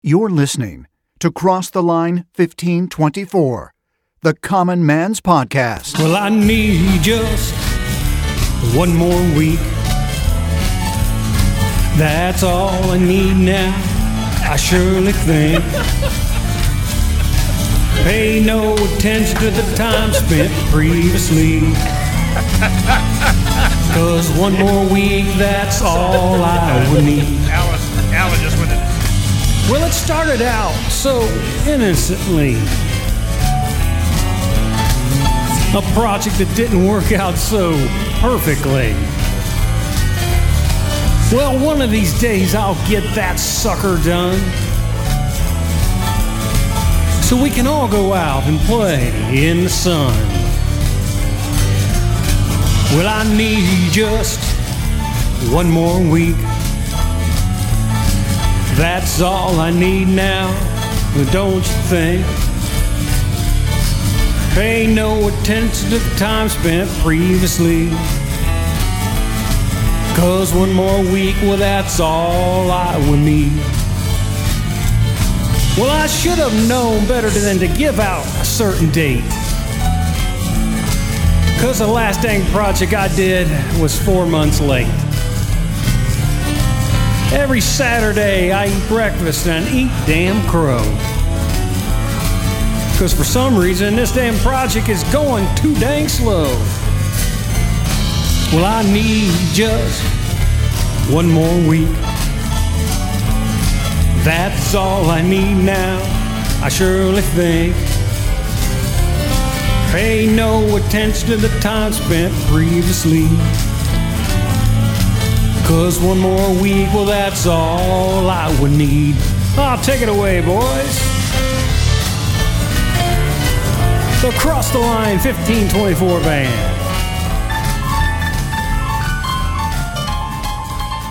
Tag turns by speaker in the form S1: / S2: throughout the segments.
S1: You're listening to Cross the Line 1524, the Common Man's Podcast.
S2: Well, I need just one more week. That's all I need now. I surely think. Pay no attention to the time spent previously. Cause one more week, that's all I would need.
S3: Alice, Alice just went in.
S2: Well, it started out so innocently. A project that didn't work out so perfectly. Well, one of these days I'll get that sucker done. So we can all go out and play in the sun. Well, I need just one more week. That's all I need now, well, don't you think? Pay no attention to the time spent previously. Cause one more week, well, that's all I would need. Well, I should have known better than to give out a certain date. Cause the last dang project I did was four months late. Every Saturday, I eat breakfast and eat damn crow. Because for some reason, this damn project is going too dang slow. Well, I need just one more week. That's all I need now, I surely think. Pay no attention to the time spent previously. Cause one more week, well, that's all I would need. I'll take it away, boys. So cross the line, 1524 band.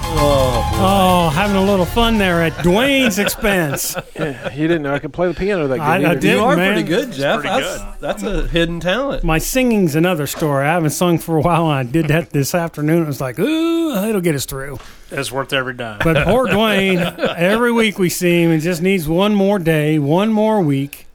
S2: Oh, having a little fun there at Dwayne's expense.
S4: He didn't know I could play the piano that good.
S2: I- I
S4: either.
S2: did.
S5: You are
S2: man.
S5: pretty good, Jeff.
S3: pretty
S5: that's, that's a hidden talent.
S2: My singing's another story. I haven't sung for a while, and I did that this afternoon. It was like, ooh, it'll get us through.
S3: It's worth every dime.
S2: But poor Dwayne, every week we see him, and just needs one more day, one more week.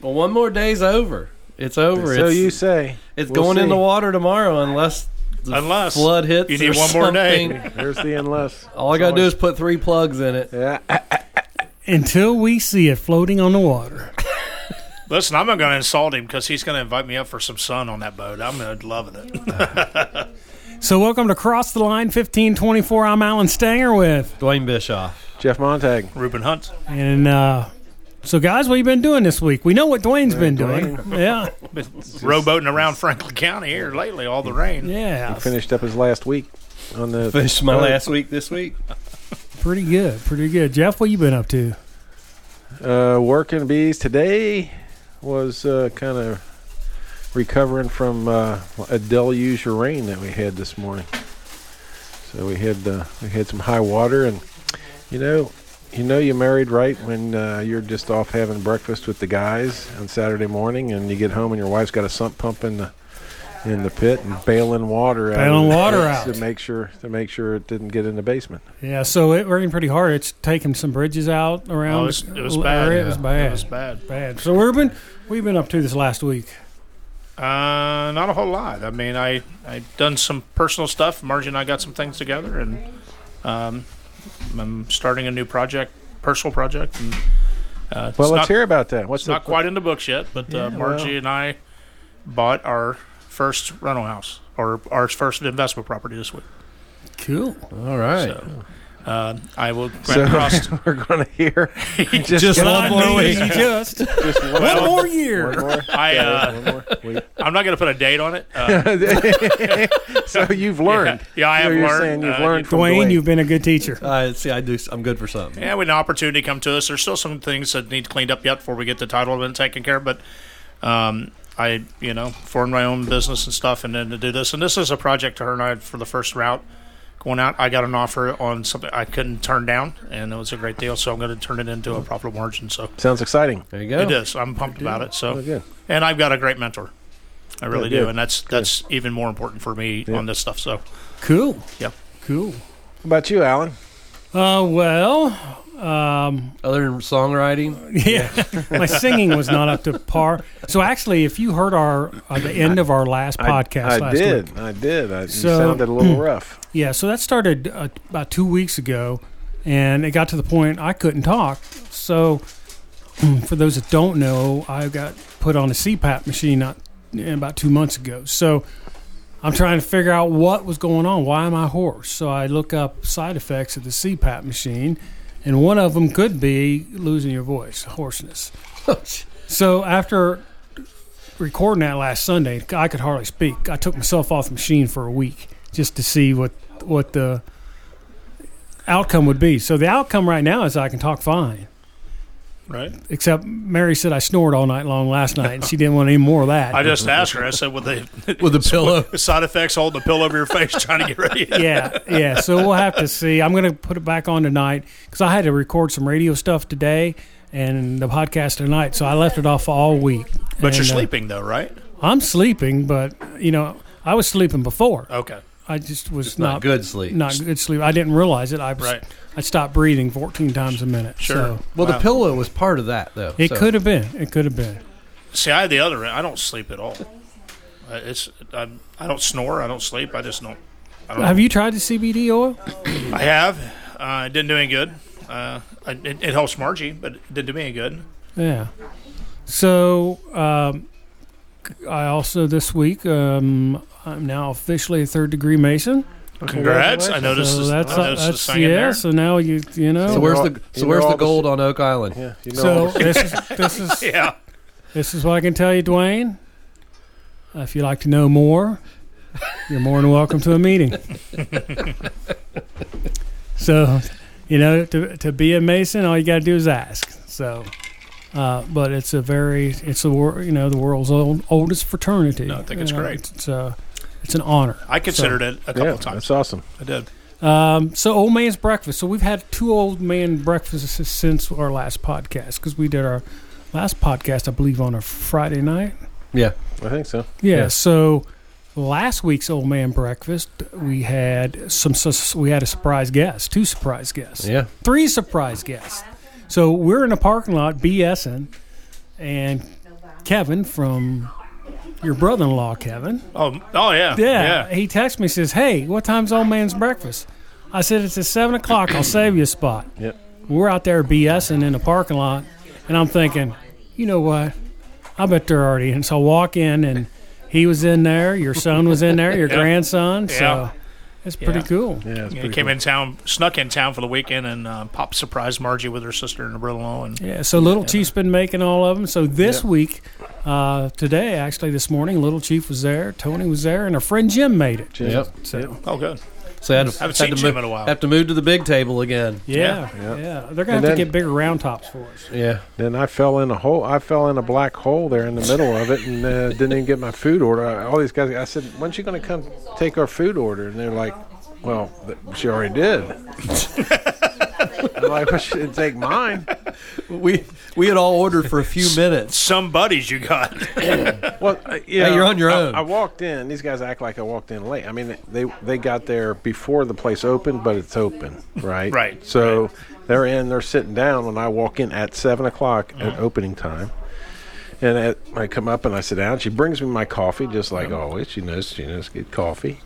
S5: Well, one more day's over. It's over.
S4: So
S5: it's
S4: you say
S5: it's
S4: We'll
S5: going in
S4: see.
S5: the water tomorrow unless the
S3: Unless
S5: flood hits.
S3: you need
S5: or
S3: one more day.
S5: something.
S4: There's the unless.
S5: All I got to do is put three plugs in it.
S4: Yeah.
S2: until we see it floating on the water.
S3: Listen, I'm not going to insult him because he's going to invite me up for some sun on that boat. I'm gonna loving it.
S2: So, welcome to Cross the Line 1524. I'm Alan Stanger with,
S5: Dwayne Bischoff.
S4: Jeff Montag.
S3: Reuben Hunt.
S2: and uh, so guys, what you been doing this week? We know what Dwayne's been doing. Yeah,
S3: Been rowboating around Franklin County here lately, all the rain.
S2: yeah,
S4: Finished up his last week on the
S5: Finished my last week this week.
S2: pretty good, pretty good. Jeff, what you been up to?
S4: Uh, working bees today was uh, kind of recovering from uh, a deluge of rain that we had this morning. So we had uh, we had some high water, and you know, you know, you married right when uh, you're just off having breakfast with the guys on Saturday morning, and you get home and your wife's got a sump pump in the in the pit and bailing water out of
S2: Bailing
S4: the
S2: water
S4: pit
S2: out.
S4: to make sure to make sure it didn't get in the basement.
S2: Yeah, so it rained pretty hard. It's taking some bridges out around.
S3: Oh, it was, it was
S2: the
S3: bad.
S2: area. It was bad.
S3: It was bad.
S2: bad. So, we've been we've been up to this last week.
S3: Uh, not a whole lot. I mean, I I done some personal stuff. Margie and I got some things together, and um, I'm starting a new project, personal project. And, uh,
S4: Well,
S3: it's
S4: let's
S3: not-
S4: hear about that. What's
S3: It's
S4: the,
S3: not quite in the books yet, but uh, Margie and I bought our first rental house or our first investment property this week.
S2: Cool.
S5: All right.
S3: So uh, I will
S4: So
S3: grant cross.
S4: we're going to hear
S5: just one more week.
S2: Just
S4: just one,
S2: one more year.
S4: One more.
S3: I, uh,
S4: One more week.
S3: I'm not going to put a date on it. Uh,
S4: so you've learned.
S3: Yeah, I
S4: So
S3: have
S4: you're
S3: learned,
S4: Saying you've
S3: uh,
S4: learned from
S2: Dwayne, you've been a good teacher.
S5: I see. I do. s- I'm good for something.
S3: yeah, when an opportunity come to us, there's still some things that need cleaned up yet before we get the title of it taken care of. But um, I, you know, formed my own business and stuff, and then to do this, and this is a project to her and I for the first route going out. I got an offer on something I couldn't turn down, and it was a great deal. So I'm going to turn it into a profitable margin. So
S4: Sounds exciting.
S5: There you go.
S3: it is. I'm pumped about it. So
S4: Oh, good.
S3: and I've got a great mentor. I really
S4: Yeah,
S3: do,
S4: good.
S3: and that's that's even more important for me
S4: Yeah.
S3: on this stuff. So
S2: Cool.
S3: Yep.
S2: Cool.
S4: How about you, Alan?
S2: Uh, well, Um,
S5: Other than songwriting,
S2: yeah, my singing was not up to par. So actually, if you heard our uh, the end of our last
S4: I-
S2: podcast,
S4: I,
S2: last
S4: did.
S2: week-
S4: I did. I you
S2: So- hmm.
S4: sounded a little rough.
S2: yeah. So that started uh, about two weeks ago, and it got to the point I couldn't talk. So for those that don't know, I got put on a CPAP machine not about two months ago. So I'm trying to figure out what was going on. Why am I hoarse? So I look up side effects of the CPAP machine, and one of them could be losing your voice, hoarseness. so after recording that last Sunday, I could hardly speak. I took myself off the machine for a week just to see what what the outcome would be. So the outcome right now is I can talk fine.
S3: Right.
S2: Except Mary said I snored all night long last night, and she didn't want any more of that.
S3: I just asked her. I said, "Would they
S5: with a pillow.
S3: side effects holding the pillow over your face trying to get ready?"
S2: yeah, yeah. So we'll have to see. I'm going to put it back on tonight because I had to record some radio stuff today and the podcast tonight, so I left it off all week.
S3: But you're
S2: And, uh,
S3: sleeping though, right?
S2: I'm sleeping, but you know, I was sleeping before.
S3: Okay.
S2: I just was
S5: It's not, good sleep.
S2: Not good sleep. I didn't realize it. I was-
S3: Right.
S2: I stopped breathing 14 times a minute.
S3: Sure.
S2: So
S5: Well,
S3: Wow.
S5: the pillow was part of that, though.
S2: it
S5: so-
S2: could have been. It could have been.
S3: See, I had the other. I don't sleep at all. I- It's I, I don't snore. I don't sleep. I just don't. I, don't,
S2: Have you tried the CBD oil?
S3: I have. Uh, it didn't do any good. Uh, I, it, it helps Margie, but it didn't do me any good.
S2: Yeah. So um, I also this week um, I'm now officially a third degree Mason.
S3: Congrats! I noticed.
S2: so
S3: this,
S2: that's
S3: I noticed
S2: that's
S3: the
S2: yeah.
S3: singing there.
S2: So now you you know.
S5: So
S4: we're-
S5: where's the
S4: You
S5: so where's
S4: know all
S5: the
S4: the
S5: gold on Oak Island?
S4: Yeah, you
S2: so
S4: know.
S2: this is this is
S3: yeah.
S2: this is what I can tell you, Dwayne. Uh, If you'd like to know more, you're more than welcome to a meeting. so, you know, to to be a Mason, all you got to do is ask. So, uh, but it's a very it's the wor- you know the world's old, oldest fraternity.
S3: No, I think it's
S2: You know,
S3: great.
S2: It's, it's, uh, it's an honor.
S3: I considered it a couple
S4: yeah,
S3: of times.
S4: that's awesome.
S3: I did.
S2: Um, so old man's breakfast. So we've had two old man breakfasts since our last podcast because we did our last podcast, I believe, on a Friday night.
S5: Yeah,
S4: I think so.
S2: Yeah.
S5: Yeah.
S2: So last week's old man breakfast, we had some. sus- We had a surprise guest, two surprise guests,
S5: yeah.
S2: three surprise guests. So we're in a parking lot BSing, and Kevin from your brother-in-law, Kevin.
S3: Oh, oh yeah,
S2: Yeah. He texts me says, "Hey, what time's old man's breakfast?" I said, "It's at seven o'clock. I'll save you a spot."
S4: Yep.
S2: We're out there BSing in the parking lot, and I'm thinking, you know what? I bet they're already in. So I walk in, and he was in there. Your son was in there. Your grandson.
S3: Yeah.
S2: So it's pretty
S3: Yeah.
S2: cool.
S4: Yeah, it's
S3: Yeah,
S4: pretty
S3: came
S4: cool.
S3: in town, snuck in town for the weekend, and uh, Pop surprised Margie with her sister and her brother-in-law. And
S2: Yeah, so Little Chief's been making all of them. So this week, uh, today, actually this morning, Little Chief was there, Tony was there, and our friend Jim made it.
S4: Jim.
S5: Yep.
S2: So
S3: oh, good.
S5: So I had to,
S3: I haven't
S5: had
S3: seen
S5: to
S3: Jim
S5: move,
S3: in a while.
S5: Have to move to the big table again.
S2: yeah,
S4: Yeah.
S2: yeah, they're gonna have
S4: And
S2: to
S4: then-
S2: get bigger round tops for us.
S5: Yeah.
S4: Then I fell in a hole. I fell in a black hole there in the middle of it, and uh, didn't even get my food order. I, all these guys, I said, "When's she going to come take our food order?" And they're like, "Well, th- she already did." I'm like, well, she didn't take mine.
S5: We we had all ordered for a few minutes.
S3: Some buddies you got.
S4: Well, uh, you
S5: Hey,
S4: know,
S5: you're on your
S4: I-
S5: own.
S4: I walked in. These guys act like I walked in late. I mean, they they got there before the place opened, but it's open, right?
S3: Right,
S4: So they're in. They're sitting down when I walk in at seven o'clock
S5: Uh-huh.
S4: at opening time. And at, I come up and I sit down. She brings me my coffee, just like
S5: Uh-huh.
S4: always. She knows she knows good coffee.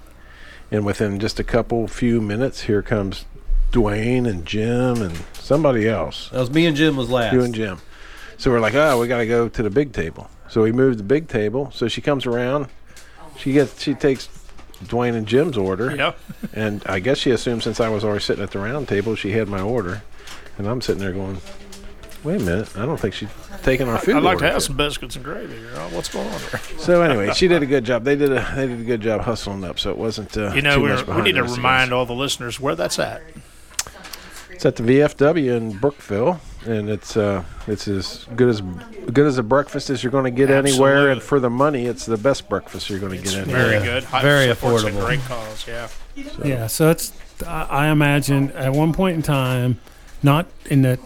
S4: And within just a couple few minutes, here comes Dwayne and Jim and somebody else.
S5: That was me and Jim was last.
S4: You and Jim. So we're like, oh, we got to go to the big table. So we moved the big table. So she comes around. She gets, she takes Dwayne and Jim's order.
S3: yeah.
S4: And I guess she assumed since I was already sitting at the round table, she had my order. And I'm sitting there going, wait a minute, I don't think she's taking our food.
S3: I'd like
S4: order
S3: to have
S4: here."
S3: some biscuits and gravy. you know, What's going on there?
S4: So anyway, she did a good job. They did a they did a good job hustling up. So it wasn't uh,
S3: You know,
S4: too
S3: we,
S4: much
S3: were, we
S4: behind
S3: need to
S4: us.
S3: remind all the listeners where that's at.
S4: It's at the VFW in Brookville, and it's uh, it's as good as good as a breakfast as you're going to get anywhere. And
S3: Absolutely.
S4: for the money, it's the best breakfast you're going to get anywhere.
S3: Very
S5: Yeah.
S3: good.
S5: Very
S3: supports a
S5: affordable.
S3: Great cause. Yeah.
S2: Yeah, so it's I I imagine at one point in time, not in the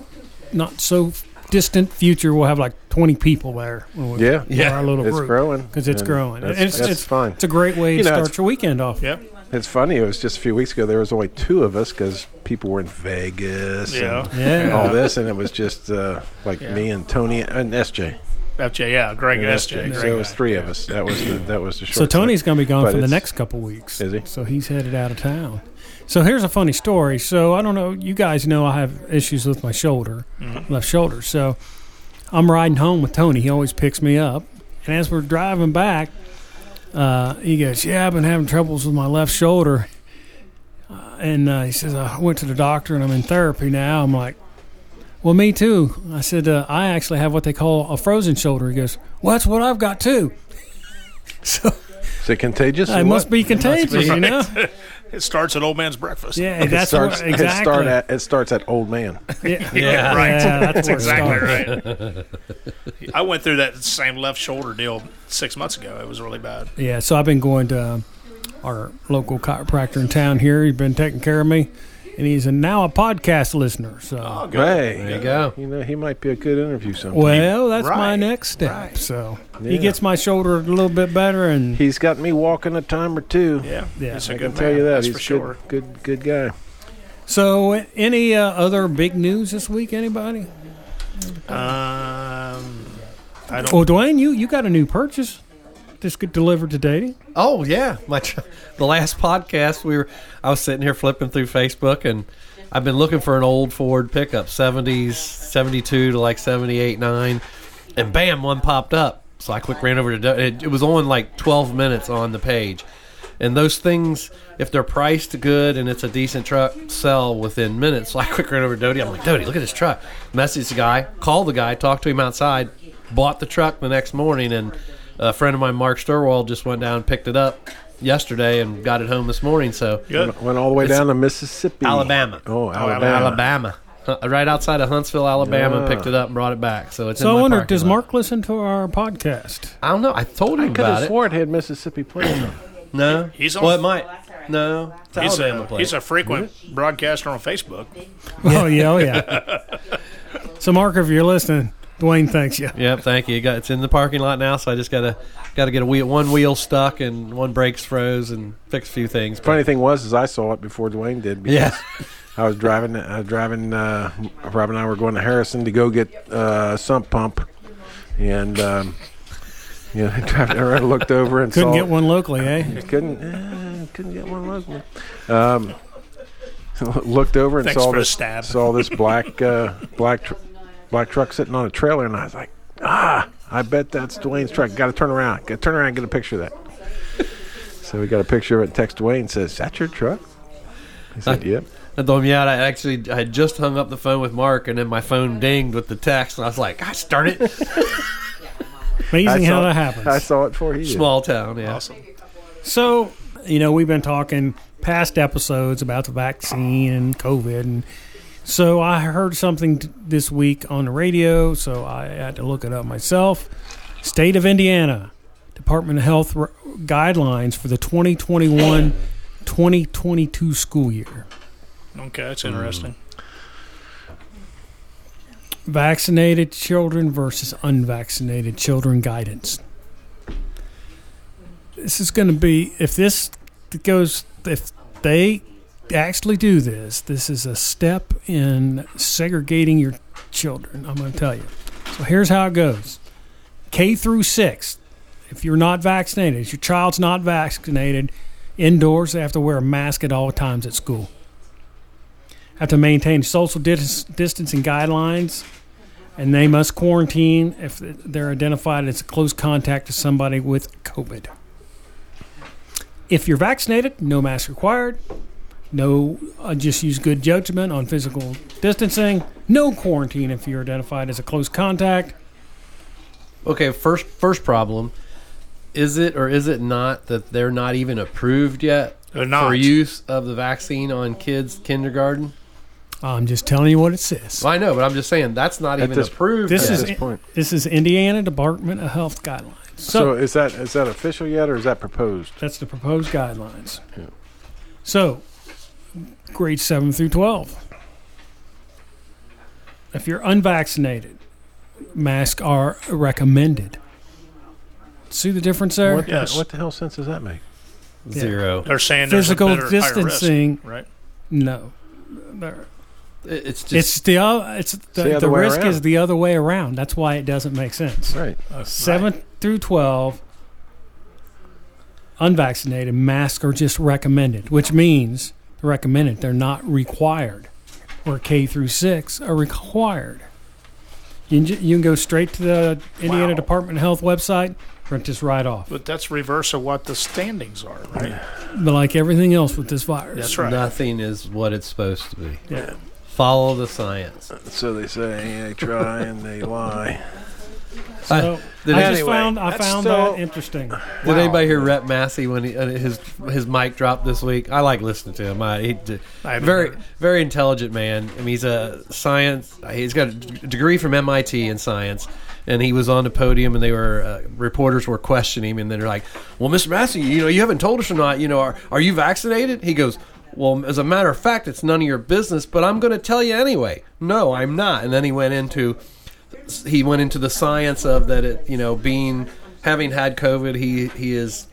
S2: not so distant future, we'll have like twenty people there. When we,
S4: Yeah.
S2: for our little
S4: It's
S2: group.
S4: growing
S2: 'Cause it's
S4: and
S2: growing.
S4: That's,
S2: It's-
S4: that's
S2: it's-
S4: fine.
S2: It's a great way
S4: You
S2: to
S4: know,
S2: start
S4: it's-
S2: your weekend off.
S3: Yep.
S4: It's funny. It was just a few weeks ago. There was only two of us because people were in Vegas. and
S3: Yeah.
S2: Yeah.
S4: all this, and it was just uh, like
S3: Yeah.
S4: me and Tony and SJ.
S3: FJ, yeah, Greg
S4: And
S3: and SJ.
S4: So
S3: Greg
S4: it was
S3: guy.
S4: three of us. That was the, that was the short.
S2: So Tony's going to be gone
S4: But
S2: for the
S4: it's-
S2: next couple weeks.
S4: Is he?
S2: So he's headed out of town. So here's a funny story. So I don't know. You guys know I have issues with my shoulder,
S4: Mm-hmm.
S2: left shoulder. So I'm riding home with Tony. He always picks me up, and as we're driving back, uh, he goes, "Yeah, I've been having troubles with my left shoulder." Uh, and uh, he says, "I went to the doctor, and I'm in therapy now." I'm like. Well, me too. I said, uh, I actually have what they call a frozen shoulder. He goes, Well, that's what I've got too. So
S4: Is it contagious?
S2: it
S4: or
S2: must
S4: what?
S2: be contagious, you know.
S3: It starts at old man's breakfast.
S2: Yeah,
S4: It
S2: that's
S4: starts,
S2: where, exactly.
S4: it, start at, it starts at old man.
S2: yeah,
S5: Yeah,
S2: Yeah,
S5: right.
S2: that's where it
S3: exactly
S2: starts.
S3: right. I went through that same left shoulder deal six months ago. It was really bad.
S2: Yeah, so I've been going to um, our local chiropractor in town here. He's been taking care of me, and he's a, now a podcast listener. So,
S4: Oh,
S3: Oh,
S4: Hey,
S5: There you go.
S4: You know, he might be a good interview sometime.
S2: well, that's my
S3: Right,
S2: next step. So he
S4: Yeah.
S2: gets my shoulder a little bit better, and
S4: He's got me walking a time or two.
S3: Yeah,
S2: Yeah.
S3: it's a
S4: I
S3: good
S4: can tell
S3: man,
S4: you that.
S3: That's
S4: He's
S3: for
S4: a
S3: sure.
S4: good, good, good guy.
S2: so any uh, other big news this week? Anybody?
S3: Um, I don't.
S2: Well, Dwayne, Oh, you you got a new purchase. Just get delivered today.
S5: Oh yeah, my ch- the last podcast we were, I was sitting here flipping through Facebook and I've been looking for an old Ford pickup, seventies, seventy two to like seventy eight nine, and bam, one popped up. So I quick ran over to do- it. It was on like twelve minutes on the page, and those things, if they're priced good and it's a decent truck, sell within minutes. So I quick ran over to Doty. I'm like, Doty, look at this truck. Message the guy, call the guy, talk to him outside. Bought the truck the next morning, and a friend of mine, Mark Sturwald, just went down and picked it up yesterday and got it home this morning. So
S3: Good.
S4: Went all the way
S5: It's-
S4: down to Mississippi,
S5: Alabama.
S4: Oh, Alabama.
S5: Alabama. Huh, Right outside of Huntsville, Alabama,
S4: Yeah.
S5: picked it up and brought it back. So it's. in
S2: So I
S5: my
S2: wonder,
S5: parking
S2: does
S5: lot.
S2: Mark listen to our podcast?
S5: I don't know. I told him
S4: I could
S5: about
S4: have
S5: it.
S4: swore it had Mississippi plates on. it.
S5: No,
S3: He's on-
S5: Well, it might. No, it's
S3: He's
S5: Alabama
S3: a,
S5: plate.
S3: he's a frequent broadcaster on Facebook.
S2: Oh yeah, oh yeah. so Mark, if you're listening, Dwayne thanks you.
S5: Yep, thank you. You Got, it's in the parking lot now, so I just gotta gotta get a wheel, one wheel stuck and one brakes froze and fix a few things. but-
S4: Funny thing was, is I saw it before Dwayne did. Because
S5: yeah,
S4: I was driving. I was driving. Uh, Rob and I were going to Harrison to go get uh, sump pump, and um, you know, driving around, looked over and
S2: Couldn't
S4: saw
S2: get one locally, eh?
S4: Couldn't uh, couldn't get one locally. Um, looked over and
S3: Thanks
S4: saw
S3: for the
S4: this
S3: stab.
S4: saw this black uh, black tr- black truck sitting on a trailer, and I was like, ah, I bet that's Dwayne's truck. Got to turn around. Got to turn around and get a picture of that. So we got a picture of it. and Text Dwayne and says, "That's your truck." He said, "Yep."
S5: I told him, yeah. and I actually I had just hung up the phone with Mark, and then my phone dinged with the text, and I was like, gosh darn it,
S2: Amazing
S4: I
S2: how
S4: saw-
S2: that
S4: I
S2: happens.
S4: saw it for you.
S5: small town. Yeah,
S3: Awesome.
S2: So you know, we've been talking past episodes about the vaccine and COVID, and so I heard something t- this week on the radio, so I had to look it up myself. State of Indiana Department of Health r- guidelines for the 2021-2022 school year.
S3: Okay, that's interesting.
S2: vaccinated children versus unvaccinated children guidance. This is going to be if this goes if they actually do this, this is a step in segregating your children, I'm going to tell you. So here's how it goes. K through 6. If you're not vaccinated, if your child's not vaccinated, indoors they have to wear a mask at all times at school have to maintain social dis- distancing guidelines, and they must quarantine if they're identified as a close contact to somebody with COVID. If you're vaccinated, no mask required. No, uh, just use good judgment on physical distancing. No quarantine if you're identified as a close contact.
S5: Okay, first first problem is it or is it not that they're not even approved yet
S3: They're not.
S5: for use of the vaccine on kids kindergarten?
S2: I'm just telling you what it says.
S5: Well, I know, but I'm just saying that's not
S4: At
S5: even
S4: this-
S5: approved.
S2: This
S5: yet.
S2: is
S4: this point.
S2: this is Indiana Department of Health guidelines.
S4: So, is that is that official yet, or is that proposed?
S2: That's the proposed guidelines.
S4: Yeah.
S2: So, grades 7 through 12. If you're unvaccinated, masks are recommended. See the difference there?
S4: What,
S3: Yes.
S4: Mm. the, what the hell sense does that make?
S5: Zero.
S3: They're saying there's
S2: Physical
S3: a better,
S2: distancing.
S3: higher risk, right?
S2: No, There-
S5: It- It's just
S2: it's the o- it's the,
S4: the
S2: the,
S4: other way
S2: risk
S4: around.
S2: is the other way around. That's why it doesn't make sense.
S4: Right.
S3: Uh,
S2: Seven through twelve, unvaccinated masks are just recommended, which means they're recommended. They're not required. Where K through six are required. You can, ju- you can go straight to the Indiana
S3: Wow.
S2: Department of Health website, print this right off.
S3: But that's reverse of what the standings are, right?
S2: But like everything else with this virus,
S3: That's right.
S5: nothing is what it's supposed to be.
S2: Yeah.
S5: Follow the science.
S4: So they say they try and they lie.
S2: So,
S5: Uh, Did
S2: I just
S4: anyway,
S2: found I
S4: that's
S2: found
S4: still-
S2: that interesting.
S5: Did
S4: Wow.
S5: anybody hear Rep Massey when he, uh, his his mic dropped this week? I like listening to him. I, he, d-
S3: I haven't
S5: very
S3: heard.
S5: very intelligent man. I mean, he's a science. He's got a d- degree from MIT in science, and he was on the podium, and they were uh, reporters were questioning him, and they're like, "Well, Mr. Massey, you know, you haven't told us or not. You know, are are you vaccinated?" He goes. Well, as a matter of fact, it's none of your business, but I'm going to tell you anyway. No, I'm not. And then he went into he went into the science of that it you know being having had covid he he is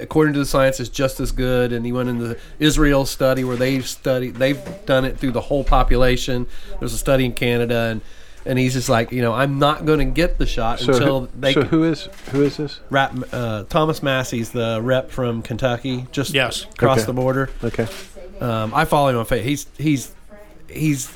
S5: according to the science is just as good and he went into the israel study where they've studied they've done it through the whole population there's a study in canada and and he's just like you know i'm not going to get the shot
S4: So,
S5: until
S4: who,
S5: they
S4: so
S5: can
S4: who is who is this?
S5: wrap uh, thomas massey's the rep from kentucky just
S3: Yes.
S5: across
S4: Okay.
S5: the border
S4: Okay.
S5: um, I follow him on Facebook. He's he's he's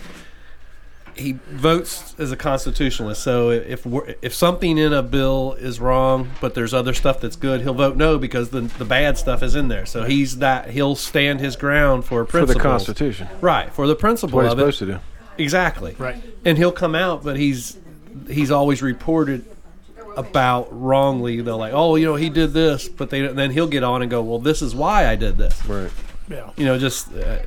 S5: he votes as a constitutionalist. So if we're, if something in a bill is wrong, but there's other stuff that's good, he'll vote no because the the bad stuff is in there. So he's that he'll stand his ground for
S4: For
S5: principles.
S4: the Constitution. That's
S5: right? For the principle
S4: what he's
S5: of it,
S4: supposed to do.
S5: exactly.
S3: Right.
S5: And he'll come out, but he's he's always reported about wrongly. They're like, oh, you know, he did this, but they then he'll get on and go, well, this is why I did this
S4: Right.
S3: Yeah.
S5: you know, just uh,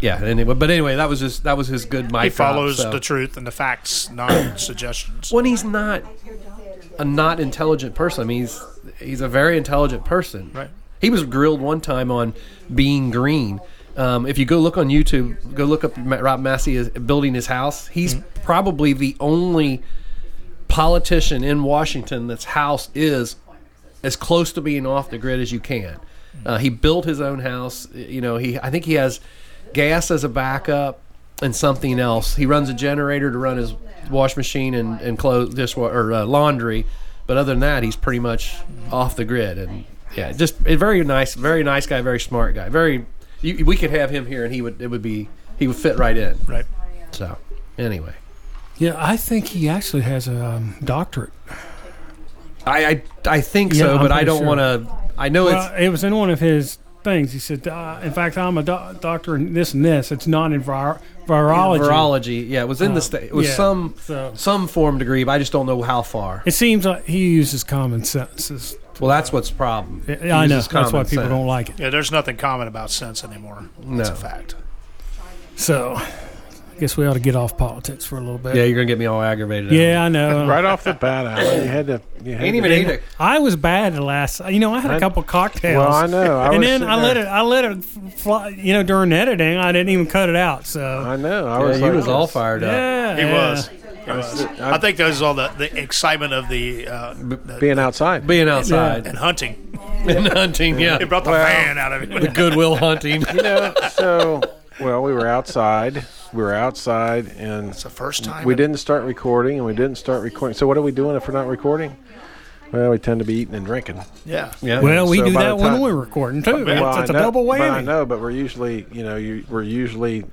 S5: yeah. Anyway, but anyway, that was just that was his good mic.
S3: He follows
S5: drop, so.
S3: the truth and the facts, not suggestions.
S5: when he's not a not intelligent person. I mean, he's he's a very intelligent person.
S3: Right.
S5: He was grilled one time on being green. Um, if you go look on YouTube, go look up Ma- Rob Massey is building his house. He's
S3: Mm-hmm.
S5: probably the only politician in Washington that's house is as close to being off the grid as you can. Uh, he built his own house. You know, he I think he has gas as a backup and something else. He runs a generator to run his wash machine and and clothes dishwa- or uh, laundry, but other than that, he's pretty much off the grid. And yeah, just a very nice, very nice guy, very smart guy. Very, you, we could have him here, and he would it would be he would fit right in.
S3: Right.
S5: So anyway.
S2: Yeah, I think he actually has a um, doctorate.
S5: I, I, I think
S2: Yeah,
S5: so,
S2: I'm
S5: but I
S2: pretty
S5: don't
S2: sure.
S5: want to. I know it's
S2: Well, it was in one of his things. He said, uh, "In fact, I'm a do- doctor in this and this. It's not in vir- virology.
S5: virology. Yeah, it was in the
S2: Um,
S5: state. It was
S2: yeah,
S5: some
S2: so-
S5: some form degree, but I just don't know how far.
S2: It seems like he uses common sense. It's-
S5: Well, that's what's the problem.
S2: I
S5: He
S2: I know
S5: uses
S2: that's why
S5: common
S2: people
S5: sense.
S2: don't like it.
S3: Yeah, there's nothing common about sense anymore. That's
S5: No.
S3: a fact.
S2: So, I guess we ought to get off politics for a little bit.
S5: Yeah, you're gonna get me all aggravated.
S2: Yeah, I know.
S4: Right off the bat, Alan, you had to. You had
S5: Ain't
S4: to-
S5: even ate it.
S2: I was bad at last. You know, I had
S4: I-
S2: a couple cocktails.
S4: Well, I know. I
S2: and
S4: was
S2: then
S4: sitting
S2: I let
S4: there-
S2: it. I let it fly. You know, during editing, I didn't even cut it out. So
S4: I know. I
S5: Yeah,
S4: was.
S5: he
S4: like
S5: was all
S4: this.
S5: fired up.
S2: yeah,
S3: He
S2: yeah.
S3: was. He was. I think that was all the, the excitement of the, uh, the-
S4: Being outside.
S5: Being outside
S3: and hunting.
S5: and hunting. Yeah,
S3: It brought the
S4: Well-
S3: fan out of it.
S5: goodwill hunting.
S4: you know, so well, we were outside. We were outside, and
S3: It's the first time.
S4: we
S3: in-
S4: didn't start recording, and we didn't start recording. So what are we doing if we're not recording? Well, we tend to be eating and drinking.
S3: Yeah.
S5: Yeah.
S2: Well, we
S4: So
S2: do
S4: by
S2: that
S4: the
S2: when
S4: time-
S2: we're recording too.
S3: Well,
S2: it's
S4: I
S2: it's a
S4: know-
S2: double
S4: but I
S2: whammy.
S4: know, but we're usually, you know, you, we're usually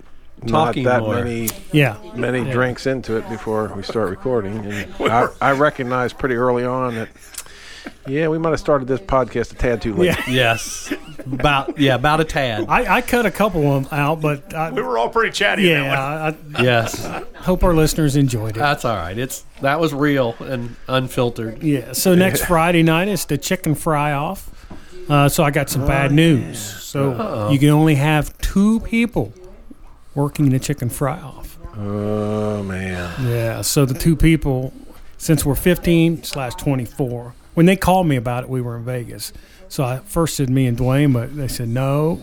S5: Talking
S4: not that
S5: more.
S4: many
S2: Yeah.
S4: many drinks into it before we start recording. And I, I recognized pretty early on that, yeah, we might have started this podcast a tad too late.
S2: Yeah.
S5: yes, about yeah, about a tad.
S2: I, I cut a couple of them out, but I,
S3: We were all pretty chatty. in that one.
S2: yeah, I,
S5: Yes,
S2: I hope our listeners enjoyed it.
S3: Uh,
S5: that's all right. It's that was real and unfiltered.
S2: yeah. So next Friday night is the chicken fry off. Uh, so I got some bad
S3: Oh,
S2: news. So you can only have two people working the chicken fry off.
S4: Oh man,
S2: Yeah. So the two people, since we're 15 slash 24, when they called me about it, we were in Vegas. So I first said me and Dwayne, but they said no.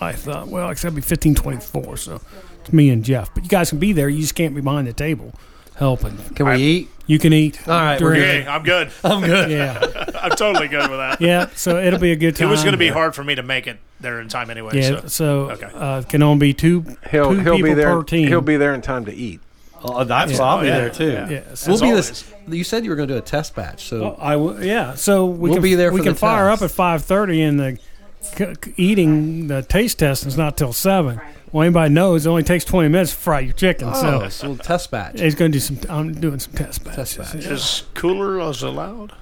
S2: I thought, well, it's got to be 1524. So it's me and Jeff. But you guys can be there. You just can't be behind the table. helping.
S5: Can we
S3: I-
S5: eat?
S2: You can eat.
S5: All right, we're
S2: during-
S3: Okay, I'm good.
S5: I'm good.
S2: Yeah,
S3: I'm totally good with that.
S2: yeah. So it'll be a good
S3: It
S2: time.
S3: was going to be hard for me to make it there in time anyway.
S2: Yeah.
S3: So.
S2: So,
S3: Okay.
S2: uh, can only be two.
S4: He'll
S2: two
S4: he'll be
S2: people
S4: there.
S2: per team.
S4: He'll be there in time to eat.
S5: Oh, that's,
S2: Yeah.
S5: I'll be
S3: Oh, yeah.
S5: there too.
S3: Yeah.
S2: Yeah, so-
S5: We'll be
S3: As
S5: this. You said you were going to do a test batch, so
S2: Oh, I w- yeah. So we
S5: We'll
S2: can
S5: be there
S2: We
S5: for
S2: can
S5: the
S2: fire
S5: test.
S2: up at five thirty, and the c- c- eating the taste test is not till seven. Well, anybody knows it only takes twenty minutes to fry your chicken.
S5: oh,
S2: So
S5: it's a little test batch.
S2: he's going to do some. I'm doing some test batches.
S3: Is cooler as allowed?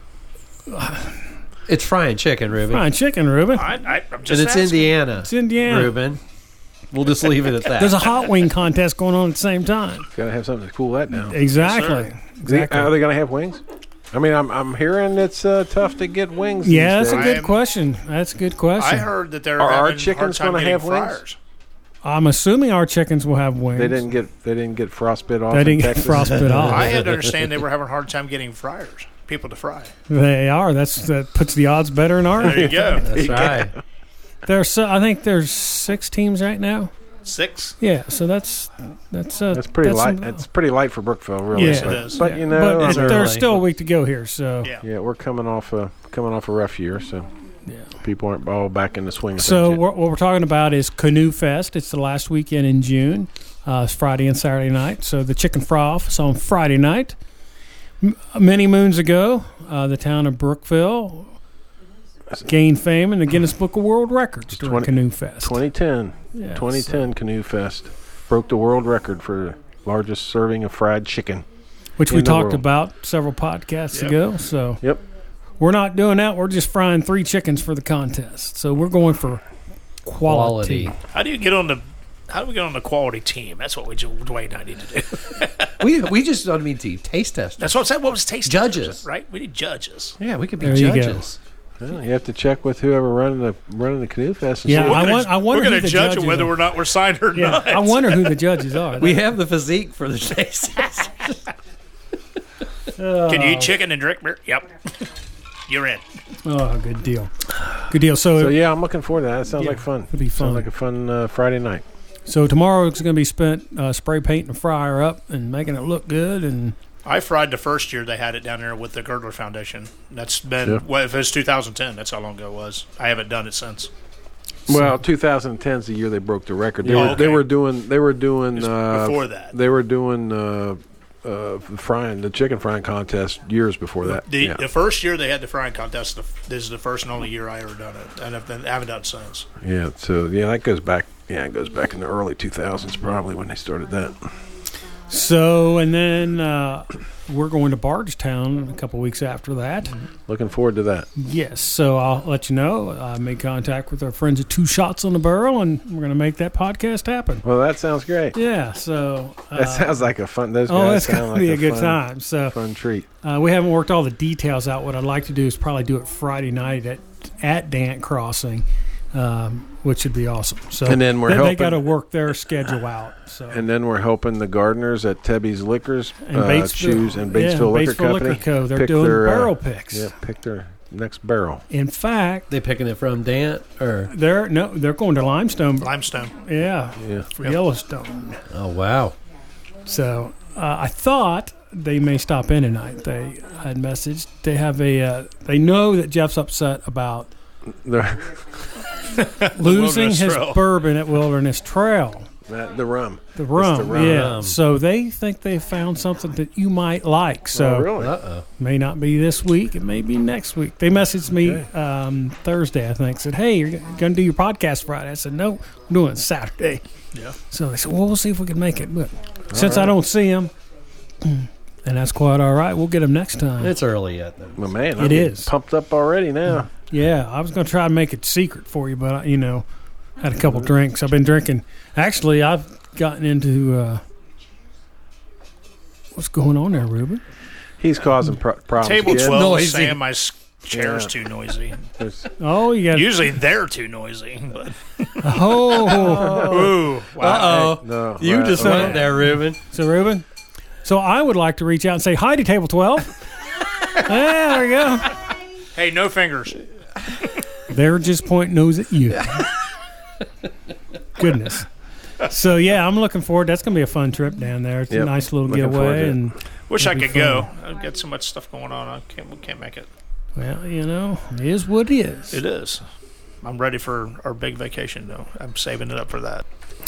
S5: It's frying chicken, Ruben,
S2: Frying chicken, Reuben.
S3: I, I, I'm just
S5: and it's
S3: asking.
S5: Indiana.
S2: It's Indiana.
S5: Ruben. We'll just leave it at that.
S2: There's a hot wing contest going on at the same time.
S4: Gotta have something to cool that down.
S2: Exactly. exactly.
S4: Are they gonna have wings? I mean, I'm I'm hearing it's uh, tough to get wings. these
S2: yeah, that's a
S4: days.
S2: good
S3: I'm-
S2: question. That's a good question.
S3: I heard that they're
S4: Are our
S3: having
S4: chickens
S3: hard time
S4: gonna
S3: getting
S4: have wings?
S3: fryers.
S2: I'm assuming our chickens will have wings.
S4: They didn't get they didn't get frostbit off.
S2: They didn't
S4: in
S2: get
S4: Texas.
S2: frostbit
S3: I
S2: off.
S3: had to understand they were having a hard time getting fryers, people to fry.
S2: They are. That's that puts the odds better in our.
S3: There you go.
S5: That's right.
S2: There's so, I think there's six teams right now.
S3: Six.
S2: Yeah, so that's that's uh,
S4: That's pretty light.
S2: some-
S4: That's pretty light for Brookville, really.
S2: Yes, it
S4: but,
S3: is.
S4: but
S2: yeah.
S4: you know,
S2: but it-
S5: early.
S2: there's still a week to go here. So
S3: Yeah.
S4: yeah, we're coming off a coming off a rough year, so
S2: Yeah.
S4: people aren't all back in the swing. of
S2: So
S4: things yet.
S2: what, what we're talking about is Canoe Fest. It's the last weekend in June. Uh, it's Friday and Saturday night. So the chicken fry off is on Friday night. M- many moons ago, uh, the town of Brookville gained fame in the Guinness Book of World Records during
S4: 20
S2: Canoe Fest.
S4: 2010,
S2: Yeah,
S4: 2010 Canoe Fest broke the world record for largest serving of fried chicken.
S2: so- which
S4: in
S2: we
S4: the
S2: talked
S4: world.
S2: about several podcasts
S3: Yep.
S2: ago. So
S4: Yep.
S2: we're not doing that. We're just frying three chickens for the contest. So we're going for quality.
S5: Quality.
S3: How do you get on the? How do we get on the quality team? That's what we do. Dwayne and I need to do.
S5: we we just don't mean to taste test.
S3: That's what I'm saying. What was taste
S5: Judges.
S3: testers, right? We need judges.
S5: Yeah, we could be
S2: There you go.
S5: judges.
S4: Well, you have to check with whoever running the running the Canoe Fest. and
S2: Yeah,
S4: see
S2: I
S4: what-
S2: want- I wonder
S3: we're gonna
S2: who the
S3: judge
S2: judges
S3: whether
S2: are.
S3: we're not we're signed or
S2: Yeah,
S3: not.
S2: I wonder who the judges are.
S5: We have the physique for the taste.
S3: Can you eat chicken and drink beer? Yep. You're in.
S2: Oh, good deal. Good deal. So,
S4: so yeah, I'm looking forward to that. That sounds
S2: Yeah,
S4: like fun.
S2: it'll be fun.
S4: Sounds like a fun uh, Friday night.
S2: so tomorrow it's going to be spent uh, spray painting the fryer up and making it look good. And
S3: I fried the first year they had it down there with the Girdler Foundation. That's been
S4: Yeah.
S3: well, if it's 2010, that's how long ago it was. I haven't done it since.
S4: Well, 2010 is the year they broke the record. They,
S3: Yeah,
S4: were,
S3: okay.
S4: they were doing they were doing
S3: It's
S4: uh,
S3: before that.
S4: they were doing uh, uh, frying the chicken frying contest years before that.
S3: The,
S4: yeah.
S3: the first year they had the frying contest, the, this is the first and only year I ever done it, and I've been, haven't done it since.
S4: yeah, so yeah, that goes back. Yeah, it goes back in the early 2000s probably when they started that.
S2: so, and then uh, we're going to Bardstown a couple weeks after that.
S4: Looking forward to that.
S2: Yes. So I'll let you know. I made contact with our friends at Two Shots on the Barrel, and we're going to make that podcast happen.
S4: Well, that sounds great.
S2: Yeah. So,
S4: That
S2: uh,
S4: sounds like a fun. Those
S2: oh,
S4: guys
S2: it's
S4: sound
S2: going
S4: like
S2: to be a good
S4: fun,
S2: time. So,
S4: Fun treat.
S2: Uh, we haven't worked all the details out. What I'd like to do is probably do it Friday night at at Dant Crossing, um, which would be awesome. So
S4: And then we're
S2: they,
S4: helping-
S2: got to work their schedule out. So
S4: And then we're helping the gardeners at Tebby's Liquors,
S2: And
S4: uh,
S2: Batesville-
S4: Shoes, and
S2: yeah,
S4: Batesville Liquor
S2: Batesville
S4: Company.
S2: Liquor Co. They're
S4: pick
S2: doing
S4: their, uh,
S2: barrel picks.
S4: Yeah, pick their next barrel.
S2: In fact,
S5: they picking it from Dant or
S2: they're no, they're going to Limestone.
S3: Limestone.
S2: Yeah,
S4: Yeah.
S2: for
S3: Yep.
S2: Yellowstone.
S5: oh wow.
S2: So uh, I thought they may stop in tonight. They I had messaged. They have a. Uh, they know that Jeff's upset about
S4: The,
S2: losing his
S3: Trail.
S2: bourbon at Wilderness Trail.
S4: that- the rum.
S2: The rum,
S4: rum.
S2: yeah.
S5: Rum.
S2: So they think they found something that you might like. So
S4: oh, really?
S5: Uh oh.
S2: may not be this week. It may be next week. They messaged me
S4: Okay.
S2: um, Thursday, I think. Said, "Hey, you're going to do your podcast Friday?" I said, "No, I'm doing it Saturday."
S3: Yeah.
S2: So they said, "Well, we'll see if we can make it." But since I don't see them, and that's quite all right. We'll get them next time.
S5: It's early yet though.
S4: Well, man,
S2: It
S4: I'm getting
S2: is.
S4: pumped up already now.
S2: yeah, I was going to try to make it secret for you, but I, you know, had a couple drinks. I've been drinking. Actually, I've gotten into. Uh, What's going on there, Ruben?
S4: He's causing pro- problems.
S3: Table
S4: again.
S3: 12,
S5: Noisy.
S3: Sam, my s- chair's
S4: Yeah.
S3: too noisy.
S4: There's-
S2: Oh, you got
S3: Usually they're too noisy. But.
S2: oh.
S3: Ooh, wow.
S5: Uh oh.
S4: no,
S5: You
S4: right,
S5: just
S4: right.
S5: went there, Ruben.
S2: So Ruben, so I would like to reach out and say hi to Table Twelve. yeah, there we go.
S3: Hey, no fingers.
S2: They're just pointing nose at you. Goodness. So yeah, I'm looking forward. That's gonna be a fun trip down there. It's a
S4: Yep.
S2: nice little
S4: Looking forward to
S2: getaway,
S4: it.
S2: and
S3: Wish I
S2: That'd be
S3: could go. I've got so much stuff going on. I can't. We can't make it.
S2: well, you know, it is what it is.
S3: It is. I'm ready for our big vacation though. I'm saving it up for that.